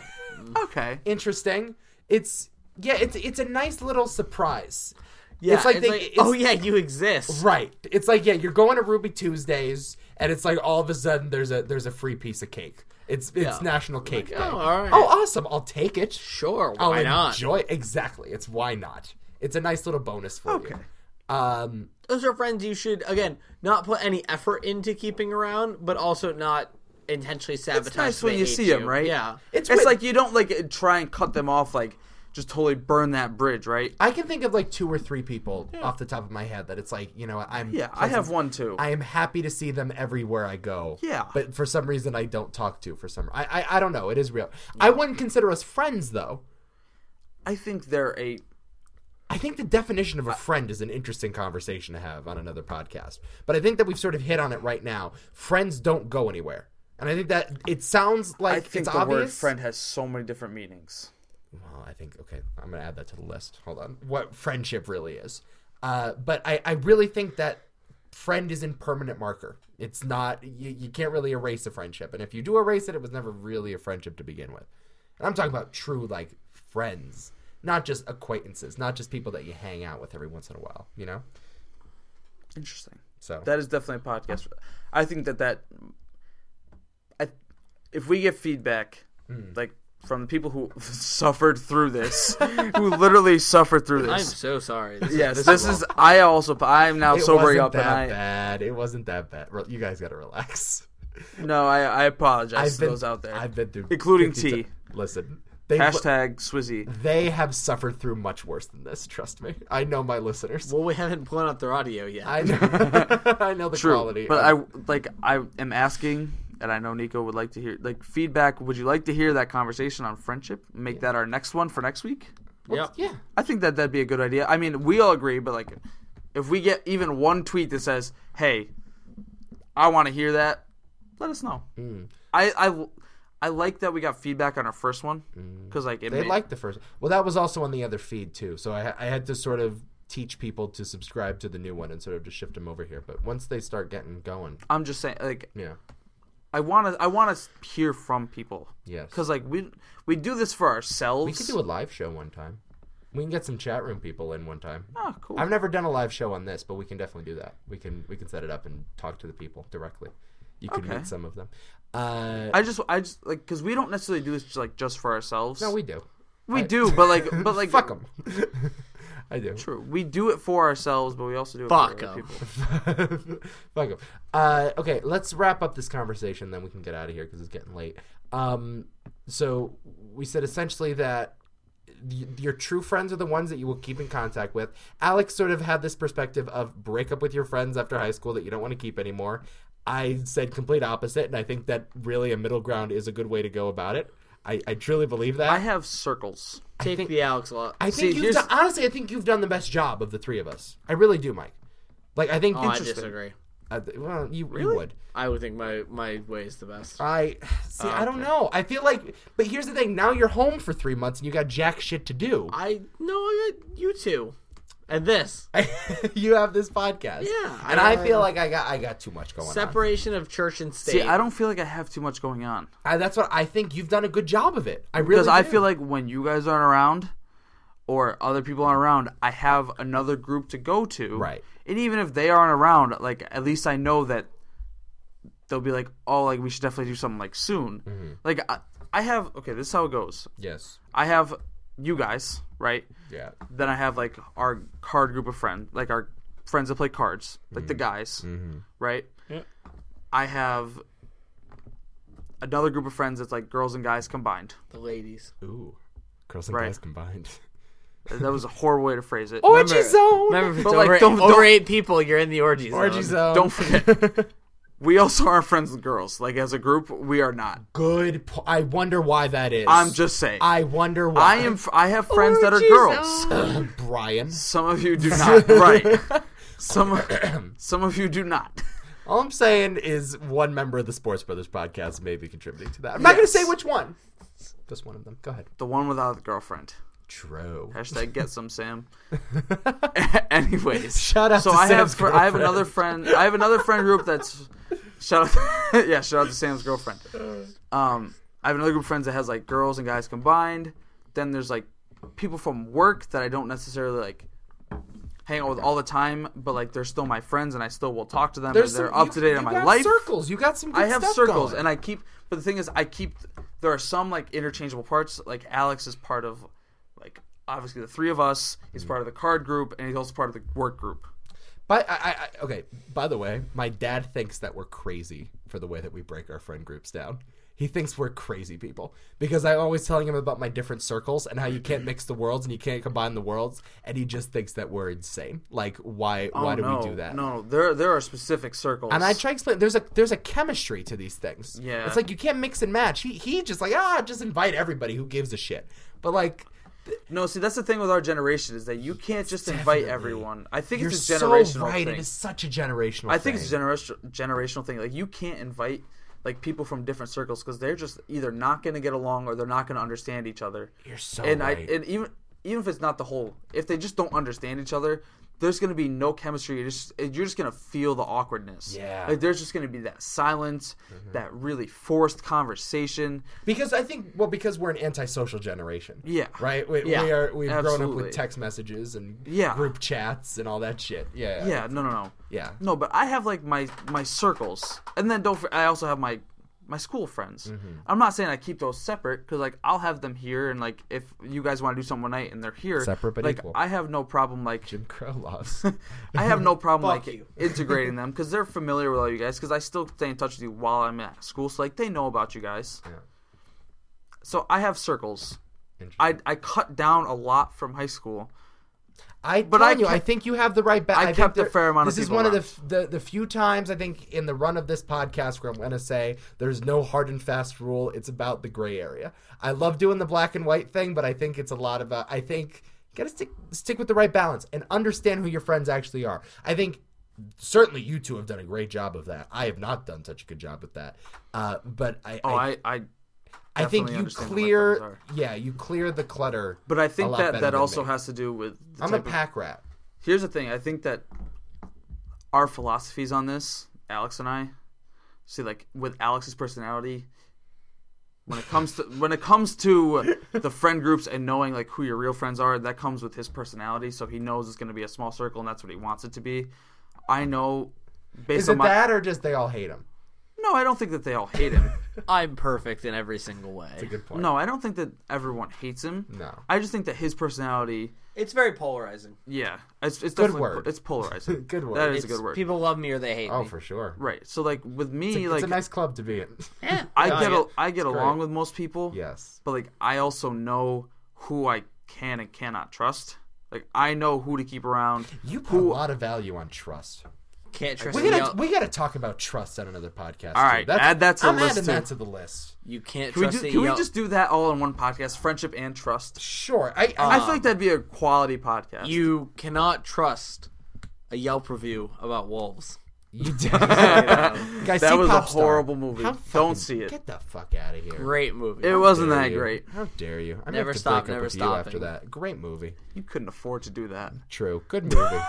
Speaker 2: Okay.
Speaker 1: Interesting. It's yeah. It's it's a nice little surprise.
Speaker 4: Yeah,
Speaker 1: It's like they. it's-
Speaker 4: oh yeah, you exist.
Speaker 1: Right. It's like yeah, you're going to Ruby Tuesdays, and it's like all of a sudden there's a there's a free piece of cake. It's it's National Cake Day.
Speaker 4: oh, all right.
Speaker 1: Oh, awesome! I'll take it.
Speaker 4: Sure,
Speaker 1: I'll
Speaker 4: why not?
Speaker 1: enjoy it. exactly. It's why not. It's a nice little bonus for
Speaker 2: Okay.
Speaker 1: you. Um,
Speaker 4: Those are friends you should again not put any effort into keeping around, but also not intentionally sabotage.
Speaker 2: nice
Speaker 4: so they
Speaker 2: when you
Speaker 4: hate
Speaker 2: see 'em, right?
Speaker 4: Yeah.
Speaker 1: it's
Speaker 2: It's,
Speaker 1: weird.
Speaker 2: like you don't like try and cut them off, like just totally burn that bridge, right?
Speaker 1: I can think of like two or three people off the top of my head that it's like you know I'm
Speaker 2: Yeah, I have one too.
Speaker 1: I am happy to see them everywhere I go.
Speaker 2: Yeah.
Speaker 1: But for some reason, I don't talk to. For some, I I, I don't know. It is real. I wouldn't consider us friends though.
Speaker 2: I think they're a
Speaker 1: I think the definition of a friend is an interesting conversation to have on another podcast. But I think that we've sort of hit on it right now. Friends don't go anywhere. And I think that it sounds like
Speaker 2: I think
Speaker 1: it's
Speaker 2: the
Speaker 1: obvious.
Speaker 2: word friend has so many different meanings.
Speaker 1: Well, I think okay, I'm gonna add that to the list. Hold on, what friendship really is. Uh, but I, I really think that friend is in permanent marker. It's not you, you can't really erase a friendship, and if you do erase it, it was never really a friendship to begin with. And I'm talking about true like friends, not just acquaintances, not just people that you hang out with every once in a while. You know,
Speaker 2: Interesting.
Speaker 1: so
Speaker 2: That is definitely a podcast. I think that that I, if we get feedback
Speaker 1: Hmm.
Speaker 2: like from the people who suffered through this, who literally suffered through
Speaker 4: I'm
Speaker 2: this.
Speaker 4: so sorry. This is-
Speaker 2: yes, this is I also I'm now
Speaker 1: it
Speaker 2: sobering
Speaker 1: wasn't
Speaker 2: up and
Speaker 1: that
Speaker 2: I
Speaker 1: bad. It wasn't that bad. Re- You guys got to relax.
Speaker 2: no, I I apologize
Speaker 1: I've
Speaker 2: to
Speaker 1: been
Speaker 2: those out there.
Speaker 1: I've been through
Speaker 2: Including
Speaker 1: 50
Speaker 2: T.
Speaker 1: ti- Listen, they
Speaker 2: Hashtag Swizzy.
Speaker 1: they have suffered through much worse than this. Trust me. I know my listeners.
Speaker 4: well, we haven't blown up their audio yet.
Speaker 1: I know. I know the
Speaker 2: True,
Speaker 1: quality.
Speaker 2: but
Speaker 1: of-
Speaker 2: I like I am asking, and I know Nico would like to hear like feedback. Would you like to hear that conversation on friendship? Make that our next one for next week.
Speaker 4: yep.
Speaker 1: yeah.
Speaker 2: I think that that'd be a good idea. I mean, we all agree, but like, if we get even one tweet that says, "Hey, I want to hear that," let us know.
Speaker 1: Hmm.
Speaker 2: I I I like that we got feedback on our first one because like it
Speaker 1: Hmm. They
Speaker 2: made-
Speaker 1: liked the first. Well, that was also on the other feed too. So I, I had to sort of teach people to subscribe to the new one and sort of just shift them over here. But once they start getting going,
Speaker 2: I'm just saying, like,
Speaker 1: yeah,
Speaker 2: I want to I want to hear from people
Speaker 1: yes,
Speaker 2: because like we we do this for ourselves.
Speaker 1: we could do a live show one time. We can get some chat room people in one time.
Speaker 2: Oh, cool.
Speaker 1: I've never done a live show on this, but we can definitely do that. We can we can set it up and talk to the people directly. You can
Speaker 2: Okay.
Speaker 1: meet some of them. Uh,
Speaker 2: I just, I just like because we don't necessarily do this just, like just for ourselves.
Speaker 1: no, we do.
Speaker 2: we do, but like, but like,
Speaker 1: Fuck them. I do.
Speaker 2: True, we do it for ourselves, but we also do it
Speaker 4: Fuck
Speaker 2: for other
Speaker 4: 'em.
Speaker 2: people.
Speaker 1: Fuck 'em. Uh, okay, let's wrap up this conversation, then we can get out of here because it's getting late. Um, so we said essentially that y- your true friends are the ones that you will keep in contact with. Alex sort of had this perspective of break up with your friends after high school that you don't want to keep anymore. I said complete opposite, and I think that really a middle ground is a good way to go about it. I, I truly believe that.
Speaker 2: I have circles.
Speaker 4: Take the Alex lot.
Speaker 1: I think
Speaker 2: See,
Speaker 1: you've
Speaker 2: here's-
Speaker 1: done, honestly, I think you've done the best job of the three of us. I really do, Mike. Like I think
Speaker 4: oh, I
Speaker 2: Interesting.
Speaker 4: disagree.
Speaker 1: I th- well, you, you would.
Speaker 4: I would think my my way is the best.
Speaker 2: Uh,
Speaker 1: I see.
Speaker 2: Oh,
Speaker 1: I don't know. I feel like, but here's the thing. Now you're home for three months and you got jack shit to do.
Speaker 4: I no, I got you two, and this
Speaker 1: you have this podcast.
Speaker 4: Yeah,
Speaker 1: and I,
Speaker 4: I-
Speaker 1: feel like I got I got too much going on.
Speaker 4: separation of church and state.
Speaker 2: See, I don't feel like I have too much going on
Speaker 1: I, that's what I think. You've done a good job of it. I really
Speaker 2: because I
Speaker 1: do.
Speaker 2: feel like when you guys aren't around or other people aren't around, I have another group to go to.
Speaker 1: Right.
Speaker 2: And even if they aren't around, like at least I know that they'll be like, "Oh, like we should definitely do something like soon."
Speaker 1: Mm-hmm.
Speaker 2: Like I, I have okay, this is how it goes.
Speaker 1: yes.
Speaker 2: I have you guys, right?
Speaker 1: Yeah.
Speaker 2: Then I have like our card group of friends, like our friends that play cards, like the guys, right? I have another group of friends that's like girls and guys combined.
Speaker 4: the ladies.
Speaker 1: Ooh, girls and
Speaker 2: Right.
Speaker 1: guys combined.
Speaker 2: That was a horrible way to phrase it.
Speaker 1: Orgy zone.
Speaker 4: Remember, if it's
Speaker 2: like,
Speaker 4: over,
Speaker 2: don't-
Speaker 4: over
Speaker 2: don't-
Speaker 4: eight people, you're in the orgy zone.
Speaker 1: Orgy zone.
Speaker 2: Don't forget. we also are friends with girls. Like as a group, we are not.
Speaker 1: Good. Po- I wonder why that is.
Speaker 2: I'm just saying. I,
Speaker 1: I wonder why.
Speaker 2: am. I have friends that are
Speaker 4: Orgy
Speaker 2: girls.
Speaker 1: Brian.
Speaker 2: Some of you do not. right. Some. Some of you do not.
Speaker 1: All I'm saying is one member of the Sports Brothers podcast may be contributing to that. I'm not going to
Speaker 2: Yes.
Speaker 1: say which one. Just one of them. Go ahead.
Speaker 2: The one without the girlfriend.
Speaker 1: True.
Speaker 2: Hashtag get some Sam. Anyways,
Speaker 1: Shout out
Speaker 2: So
Speaker 1: to
Speaker 2: I
Speaker 1: Sam's
Speaker 2: have fr- I have
Speaker 1: girlfriend.
Speaker 2: another friend. I have another friend group that's shout out. yeah, shout out to Sam's girlfriend. Um, I have another group of friends that has like girls and guys combined. Then there's like people from work that I don't necessarily like hang out with all the time, but like they're still my friends and I still will talk to them. and they're up to date on my life.
Speaker 1: Circles. You got some. Good
Speaker 2: I have
Speaker 1: stuff
Speaker 2: circles,
Speaker 1: going.
Speaker 2: and I keep. But the thing is, I keep. There are some like interchangeable parts. Like Alex is part of, like obviously the three of us. He's part of the card group, and he's also part of the work group.
Speaker 1: But I, I, I, okay. By the way, my dad thinks that we're crazy for the way that we break our friend groups down. He thinks we're crazy people because I'm always telling him about my different circles and how you can't mix the worlds and you can't combine the worlds, and he just thinks that we're insane. Like, why? why
Speaker 2: Oh,
Speaker 1: do
Speaker 2: no,
Speaker 1: we do that?
Speaker 2: No, there there are specific circles.
Speaker 1: And I try to explain. There's a there's a chemistry to these things.
Speaker 2: Yeah.
Speaker 1: it's like you can't mix and match. He he just like ah, just invite everybody who gives a shit. But like,
Speaker 2: no, see that's the thing with our generation is that you can't just invite
Speaker 1: definitely-
Speaker 2: everyone. I think
Speaker 1: you're
Speaker 2: it's a
Speaker 1: so
Speaker 2: generational
Speaker 1: right.
Speaker 2: thing.
Speaker 1: It is such a generational.
Speaker 2: I think it's a
Speaker 1: thing.
Speaker 2: generation generational thing. Like you can't invite like people from different circles because they're just either not going to get along or they're not going to understand each other.
Speaker 1: You're so
Speaker 2: and
Speaker 1: right.
Speaker 2: I and even even if it's not the whole, if they just don't understand each other, there's going to be no chemistry. You're just you're just going to feel the awkwardness.
Speaker 1: Yeah. Mm-hmm.
Speaker 2: like there's just going to be that silence, that really forced conversation.
Speaker 1: Because I think, well, because we're an antisocial generation.
Speaker 2: Yeah.
Speaker 1: Right? We,
Speaker 2: Yeah.
Speaker 1: we are, we've grown up
Speaker 2: Absolutely.
Speaker 1: with text messages and
Speaker 2: Yeah.
Speaker 1: group chats and all that shit. Yeah.
Speaker 2: Yeah, no, no, no.
Speaker 1: Yeah.
Speaker 2: No, but I have like my my circles, and then don't. for- I also have my my school friends.
Speaker 1: Mm-hmm.
Speaker 2: I'm not saying I keep those separate because like I'll have them here, and like if you guys want to do something one night and they're here,
Speaker 1: Separate but
Speaker 2: like
Speaker 1: equal.
Speaker 2: I have no problem like
Speaker 1: Jim Crow loves.
Speaker 2: I have no problem
Speaker 4: Fuck
Speaker 2: like
Speaker 4: you.
Speaker 2: integrating them because they're familiar with all you guys because I still stay in touch with you while I'm at school, so like they know about you guys.
Speaker 1: Yeah.
Speaker 2: So I have circles.
Speaker 1: Interesting.
Speaker 2: I I cut down a lot from high school.
Speaker 1: I
Speaker 2: But
Speaker 1: but
Speaker 2: I
Speaker 1: I you,
Speaker 2: kept-
Speaker 1: I think you have the right. Ba-
Speaker 2: I
Speaker 1: think
Speaker 2: kept a
Speaker 1: there-
Speaker 2: fair amount of
Speaker 1: This is
Speaker 2: people
Speaker 1: one of the, f- the the few times I think in the run of this podcast where I'm going to say there's no hard and fast rule. It's about the gray area. I love doing the black and white thing, but I think it's a lot about. I think you got to stick stick with the right balance and understand who your friends actually are. I think. Certainly, you two have done a great job of that. I have not done such a good job with that, uh, but I,
Speaker 2: Oh,
Speaker 1: I,
Speaker 2: I I
Speaker 1: I think
Speaker 2: definitely
Speaker 1: you
Speaker 2: understand what my
Speaker 1: clear,
Speaker 2: friends
Speaker 1: yeah, you clear the clutter.
Speaker 2: But I
Speaker 1: a
Speaker 2: think
Speaker 1: lot
Speaker 2: that
Speaker 1: better
Speaker 2: that
Speaker 1: than
Speaker 2: also
Speaker 1: me.
Speaker 2: has to do with. The
Speaker 1: I'm a
Speaker 2: type of,
Speaker 1: pack rat.
Speaker 2: here's the thing. I think that our philosophies on this, Alex and I, see like with Alex's personality, when it comes to when it comes to the friend groups and knowing like who your real friends are, that comes with his personality. So he knows it's going to be a small circle, and that's what he wants it to be. I know. Based
Speaker 1: Is
Speaker 2: on
Speaker 1: it
Speaker 2: my
Speaker 1: that or just they all hate him?
Speaker 2: no, I don't think that they all hate him.
Speaker 4: I'm perfect in every single way.
Speaker 1: Good point.
Speaker 2: no, I don't think that everyone hates him.
Speaker 1: No.
Speaker 2: I just think that his personality,
Speaker 4: It's very polarizing.
Speaker 2: yeah, it's it's
Speaker 1: Good
Speaker 2: definitely-
Speaker 1: word.
Speaker 2: It's polarizing.
Speaker 1: Good word.
Speaker 2: That is
Speaker 4: It's,
Speaker 2: a good word.
Speaker 4: People love me or they hate
Speaker 1: Oh,
Speaker 4: me.
Speaker 1: for sure.
Speaker 2: Right. So like with me,
Speaker 1: it's
Speaker 2: like
Speaker 1: a nice club to be in.
Speaker 4: Yeah.
Speaker 2: I
Speaker 4: No,
Speaker 2: get
Speaker 4: yeah.
Speaker 2: al- I get along with most people.
Speaker 1: yes.
Speaker 2: But like I also know who I can and cannot trust. Like I know who to keep around.
Speaker 1: You put a lot of value on trust.
Speaker 4: can't trust
Speaker 1: We gotta
Speaker 4: Yel-
Speaker 1: we gotta talk about trust on another podcast.
Speaker 2: All
Speaker 1: too.
Speaker 2: right, add that to the
Speaker 1: I'm
Speaker 2: list,
Speaker 1: adding
Speaker 2: too.
Speaker 1: that to the list.
Speaker 4: You can't
Speaker 2: Can we,
Speaker 4: trust
Speaker 2: do,
Speaker 4: the
Speaker 2: can we
Speaker 4: Yel-
Speaker 2: just do that all in one podcast? Friendship and trust.
Speaker 1: Sure. I, I
Speaker 2: I feel like that'd be a quality podcast.
Speaker 4: You cannot trust a Yelp review about wolves.
Speaker 1: you did. Guys,
Speaker 2: That
Speaker 1: see
Speaker 2: was a
Speaker 1: Popstar.
Speaker 2: horrible movie.
Speaker 1: How
Speaker 2: Don't
Speaker 1: fucking-
Speaker 2: see it.
Speaker 1: Get the fuck out of here.
Speaker 4: Great movie.
Speaker 2: it wasn't
Speaker 1: How
Speaker 2: that
Speaker 1: dare you.
Speaker 2: great.
Speaker 1: How dare you? I'm
Speaker 4: Never
Speaker 1: gonna have to
Speaker 4: stop,
Speaker 1: break up
Speaker 4: never
Speaker 1: with you
Speaker 4: stopping.
Speaker 1: after that. Great movie.
Speaker 2: You couldn't afford to do that.
Speaker 1: True. Good movie.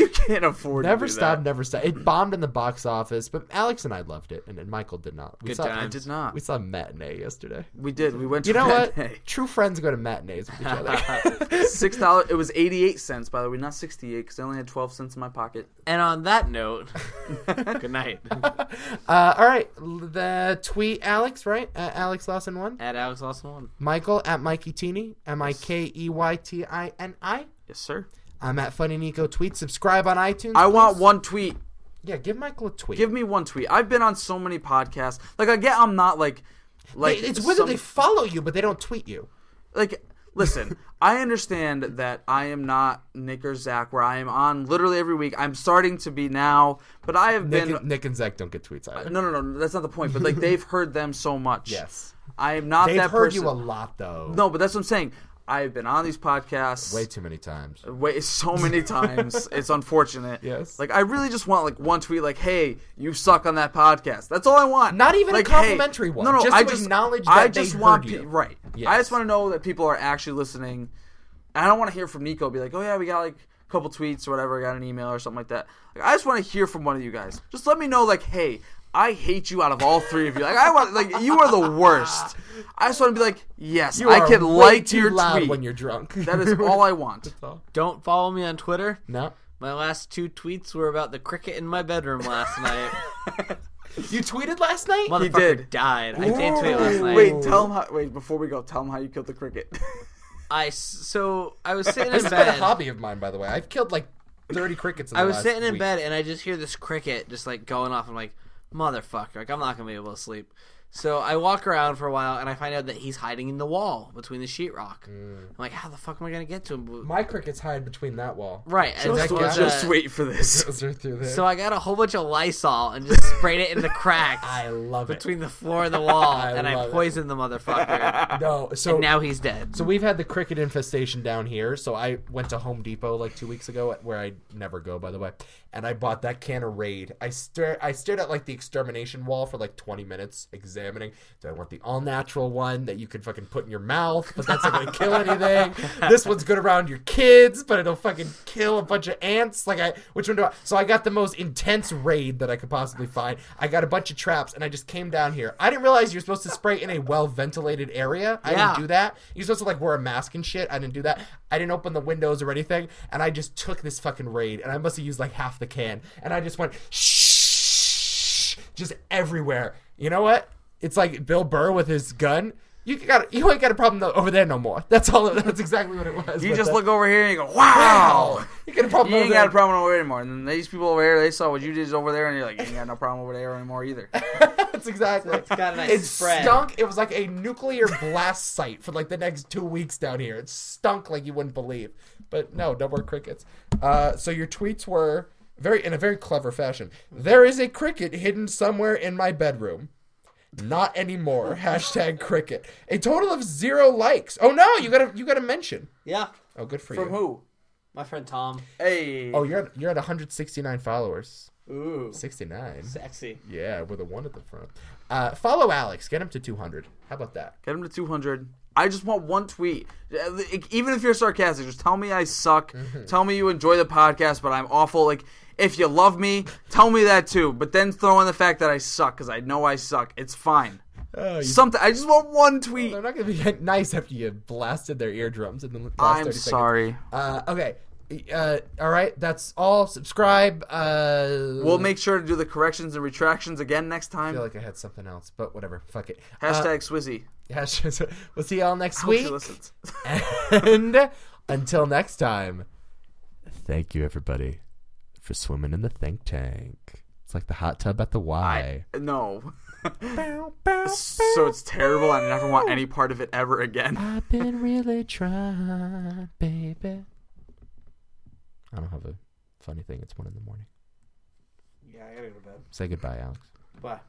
Speaker 2: you can't afford
Speaker 1: Never
Speaker 2: to do
Speaker 1: stop,
Speaker 2: that.
Speaker 1: never stop. It bombed in the box office, but Alex and I loved it, and, and Michael did not. We
Speaker 4: Good
Speaker 1: saw,
Speaker 4: time.
Speaker 2: I did not.
Speaker 1: We saw a matinee yesterday.
Speaker 2: We did. We went. To
Speaker 1: You know what?
Speaker 2: that day.
Speaker 1: True friends go to matinees with each other.
Speaker 2: Six dollars. It was eighty-eight cents, by the way, not sixty-eight, because I only had twelve cents in my pocket.
Speaker 4: And on that note, good night.
Speaker 1: uh, all right, l- the tweet Alex right at Alex Lawson one.
Speaker 4: At Alex Lawson one.
Speaker 1: Michael at Mikey Teeny M I K E Y T I N I.
Speaker 2: Yes, sir.
Speaker 1: I'm at Funny Nico tweet. Subscribe on iTunes.
Speaker 2: I want
Speaker 1: please.
Speaker 2: one tweet.
Speaker 1: Yeah, give Michael a tweet.
Speaker 2: Give me one tweet. I've been on so many podcasts. Like I get, I'm not like, like
Speaker 1: it's whether
Speaker 2: some-
Speaker 1: they follow you, but they don't tweet you.
Speaker 2: like. Listen, I understand that I am not Nick or Zach, where I am on literally every week. I'm starting to be now, but I have
Speaker 1: Nick,
Speaker 2: been.
Speaker 1: and, Nick and Zach don't get tweets either.
Speaker 2: no, no, no. That's Uh, not the point. But like they've heard them so much.
Speaker 1: Yes.
Speaker 2: I am not
Speaker 1: They've
Speaker 2: that
Speaker 1: heard
Speaker 2: person.
Speaker 1: you a lot though.
Speaker 2: no, but that's what I'm saying. I've been on these podcasts.
Speaker 1: way too many times.
Speaker 2: Wait, so many times. it's unfortunate.
Speaker 1: Yes.
Speaker 2: Like I really just want like one tweet, like, "Hey, you suck on that podcast." That's all I want.
Speaker 1: Not even a
Speaker 2: Like, hey-
Speaker 1: complimentary one,
Speaker 2: No, no.
Speaker 1: just
Speaker 2: I
Speaker 1: to
Speaker 2: just
Speaker 1: acknowledge
Speaker 2: I
Speaker 1: that they
Speaker 2: just want
Speaker 1: heard
Speaker 2: pe-
Speaker 1: you.
Speaker 2: right.
Speaker 1: Yes.
Speaker 2: I just want to know that people are actually listening. And I don't want to hear from Nico be like, "Oh yeah, we got like a couple tweets or whatever, I got an email or something like that." Like, I just want to hear from one of you guys. Just let me know, like, "Hey, I hate you out of all three of you. Like, I want like you are the worst." I just want to be like, "Yes,
Speaker 1: You
Speaker 2: I
Speaker 1: are
Speaker 2: can
Speaker 1: way
Speaker 2: like
Speaker 1: too
Speaker 2: your
Speaker 1: loud
Speaker 2: tweet."
Speaker 1: when you're drunk.
Speaker 2: that is all I want.
Speaker 4: Don't follow me on Twitter.
Speaker 1: no.
Speaker 4: My last two tweets were about the cricket in my bedroom last night.
Speaker 1: You tweeted last night.
Speaker 4: Motherfucker
Speaker 2: did.
Speaker 4: died. I did tweet last night.
Speaker 2: Wait, tell him how. Wait, before we go, tell him how you killed the cricket.
Speaker 4: I s- so I was sitting
Speaker 1: This has
Speaker 4: in
Speaker 1: been a
Speaker 4: bed.
Speaker 1: hobby of mine, by the way. I've killed like thirty crickets. In the
Speaker 4: I was
Speaker 1: last
Speaker 4: sitting in
Speaker 1: week.
Speaker 4: bed and I just hear this cricket just like going off. I'm like, motherfucker, like I'm not gonna be able to sleep. So I walk around for a while and I find out that he's hiding in the wall between the sheetrock. I'm like, how the fuck am I gonna get to him?
Speaker 1: My crickets hide between that wall.
Speaker 4: Right. and
Speaker 1: Just-
Speaker 4: that goes,
Speaker 2: just
Speaker 4: uh,
Speaker 2: wait for this.
Speaker 1: Those are through there.
Speaker 4: So I got a whole bunch of Lysol and just sprayed it in the cracks
Speaker 1: I love it.
Speaker 4: between the floor and the wall,
Speaker 1: I
Speaker 4: and I
Speaker 1: love it.
Speaker 4: poisoned the motherfucker.
Speaker 1: No, so
Speaker 4: and now he's dead.
Speaker 1: So we've had the cricket infestation down here. So I went to Home Depot like two weeks ago, where I never go, by the way, and I bought that can of Raid. I stared, I stared at like the extermination wall for like twenty minutes, examining. Do I want the all natural one that you can fucking put in your mouth, but that's not gonna kill anything? This one's good around your kids, but it'll fucking kill a bunch of ants. Like I, which one do I? So I got the most intense Raid that I could possibly find. I got a bunch of traps, and I just came down here. I didn't realize you're supposed to spray in a well ventilated area. I
Speaker 4: Yeah.
Speaker 1: didn't do that. You're supposed to like wear a mask and shit. I didn't do that. I didn't open the windows or anything, and I just took this fucking raid, and I must have used like half the can, and I just went shh, just everywhere. You know what? It's like Bill Burr with his gun. You got you ain't got a problem though, over there no more. That's all. That's exactly what it was.
Speaker 2: You
Speaker 1: with
Speaker 2: just
Speaker 1: that.
Speaker 2: look over here and you go, "Wow."
Speaker 1: You got a problem?
Speaker 2: You
Speaker 1: over
Speaker 2: ain't got
Speaker 1: there.
Speaker 2: a problem over there anymore. And then these people over here, they saw what you did over there, and you're like, you ain't got no problem over there anymore either.
Speaker 1: That's exactly. It's
Speaker 4: got a nice
Speaker 1: it
Speaker 4: spread.
Speaker 1: stunk. It was like a nuclear blast site for like the next two weeks down here. It stunk like you wouldn't believe. But no, no more crickets. Uh, so your tweets were very in a very clever fashion. There is a cricket hidden somewhere in my bedroom. Not anymore. Hashtag cricket. A total of zero likes. Oh no, you got a you got a mention.
Speaker 4: Yeah,
Speaker 1: Oh, good for
Speaker 2: From
Speaker 1: you.
Speaker 2: who?
Speaker 4: my friend Tom.
Speaker 2: Hey.
Speaker 1: Oh, you're at, you're at 169 followers.
Speaker 4: Ooh,
Speaker 1: 69.
Speaker 4: sexy.
Speaker 1: Yeah, with a one at the front. Uh, follow Alex. Get him to 200. How about that?
Speaker 2: Get him to 200. I just want one tweet. Uh, like, Even if you're sarcastic, just tell me I suck. Tell me you enjoy the podcast, but I'm awful. Like, if you love me, tell me that too. But then throw in the fact that I suck, because I know I suck. It's fine.
Speaker 1: Oh, you
Speaker 2: Something. I just want one tweet.
Speaker 1: They're not going to be nice after you blasted their eardrums in the last
Speaker 2: I'm
Speaker 1: 30 seconds.
Speaker 2: sorry.
Speaker 1: Uh, okay. Uh, all right. That's all. Subscribe. Uh,
Speaker 2: We'll make sure to do the corrections and retractions again next
Speaker 1: I
Speaker 2: time.
Speaker 1: feel like I had something else, but whatever. Fuck it. Uh,
Speaker 2: Hashtag Swizzy.
Speaker 1: hashtag- we'll see y'all next
Speaker 2: Hope she
Speaker 1: week.
Speaker 2: listens.
Speaker 1: And until next time, thank you, everybody, for swimming in the think tank. It's like the hot tub at the Y.
Speaker 2: No. so it's terrible. and I never want any part of it ever again.
Speaker 1: I've been really trying, baby. I don't have a funny thing. It's one in the morning.
Speaker 4: Yeah, I gotta go to bed.
Speaker 1: Say goodbye, Alex.
Speaker 4: Bye.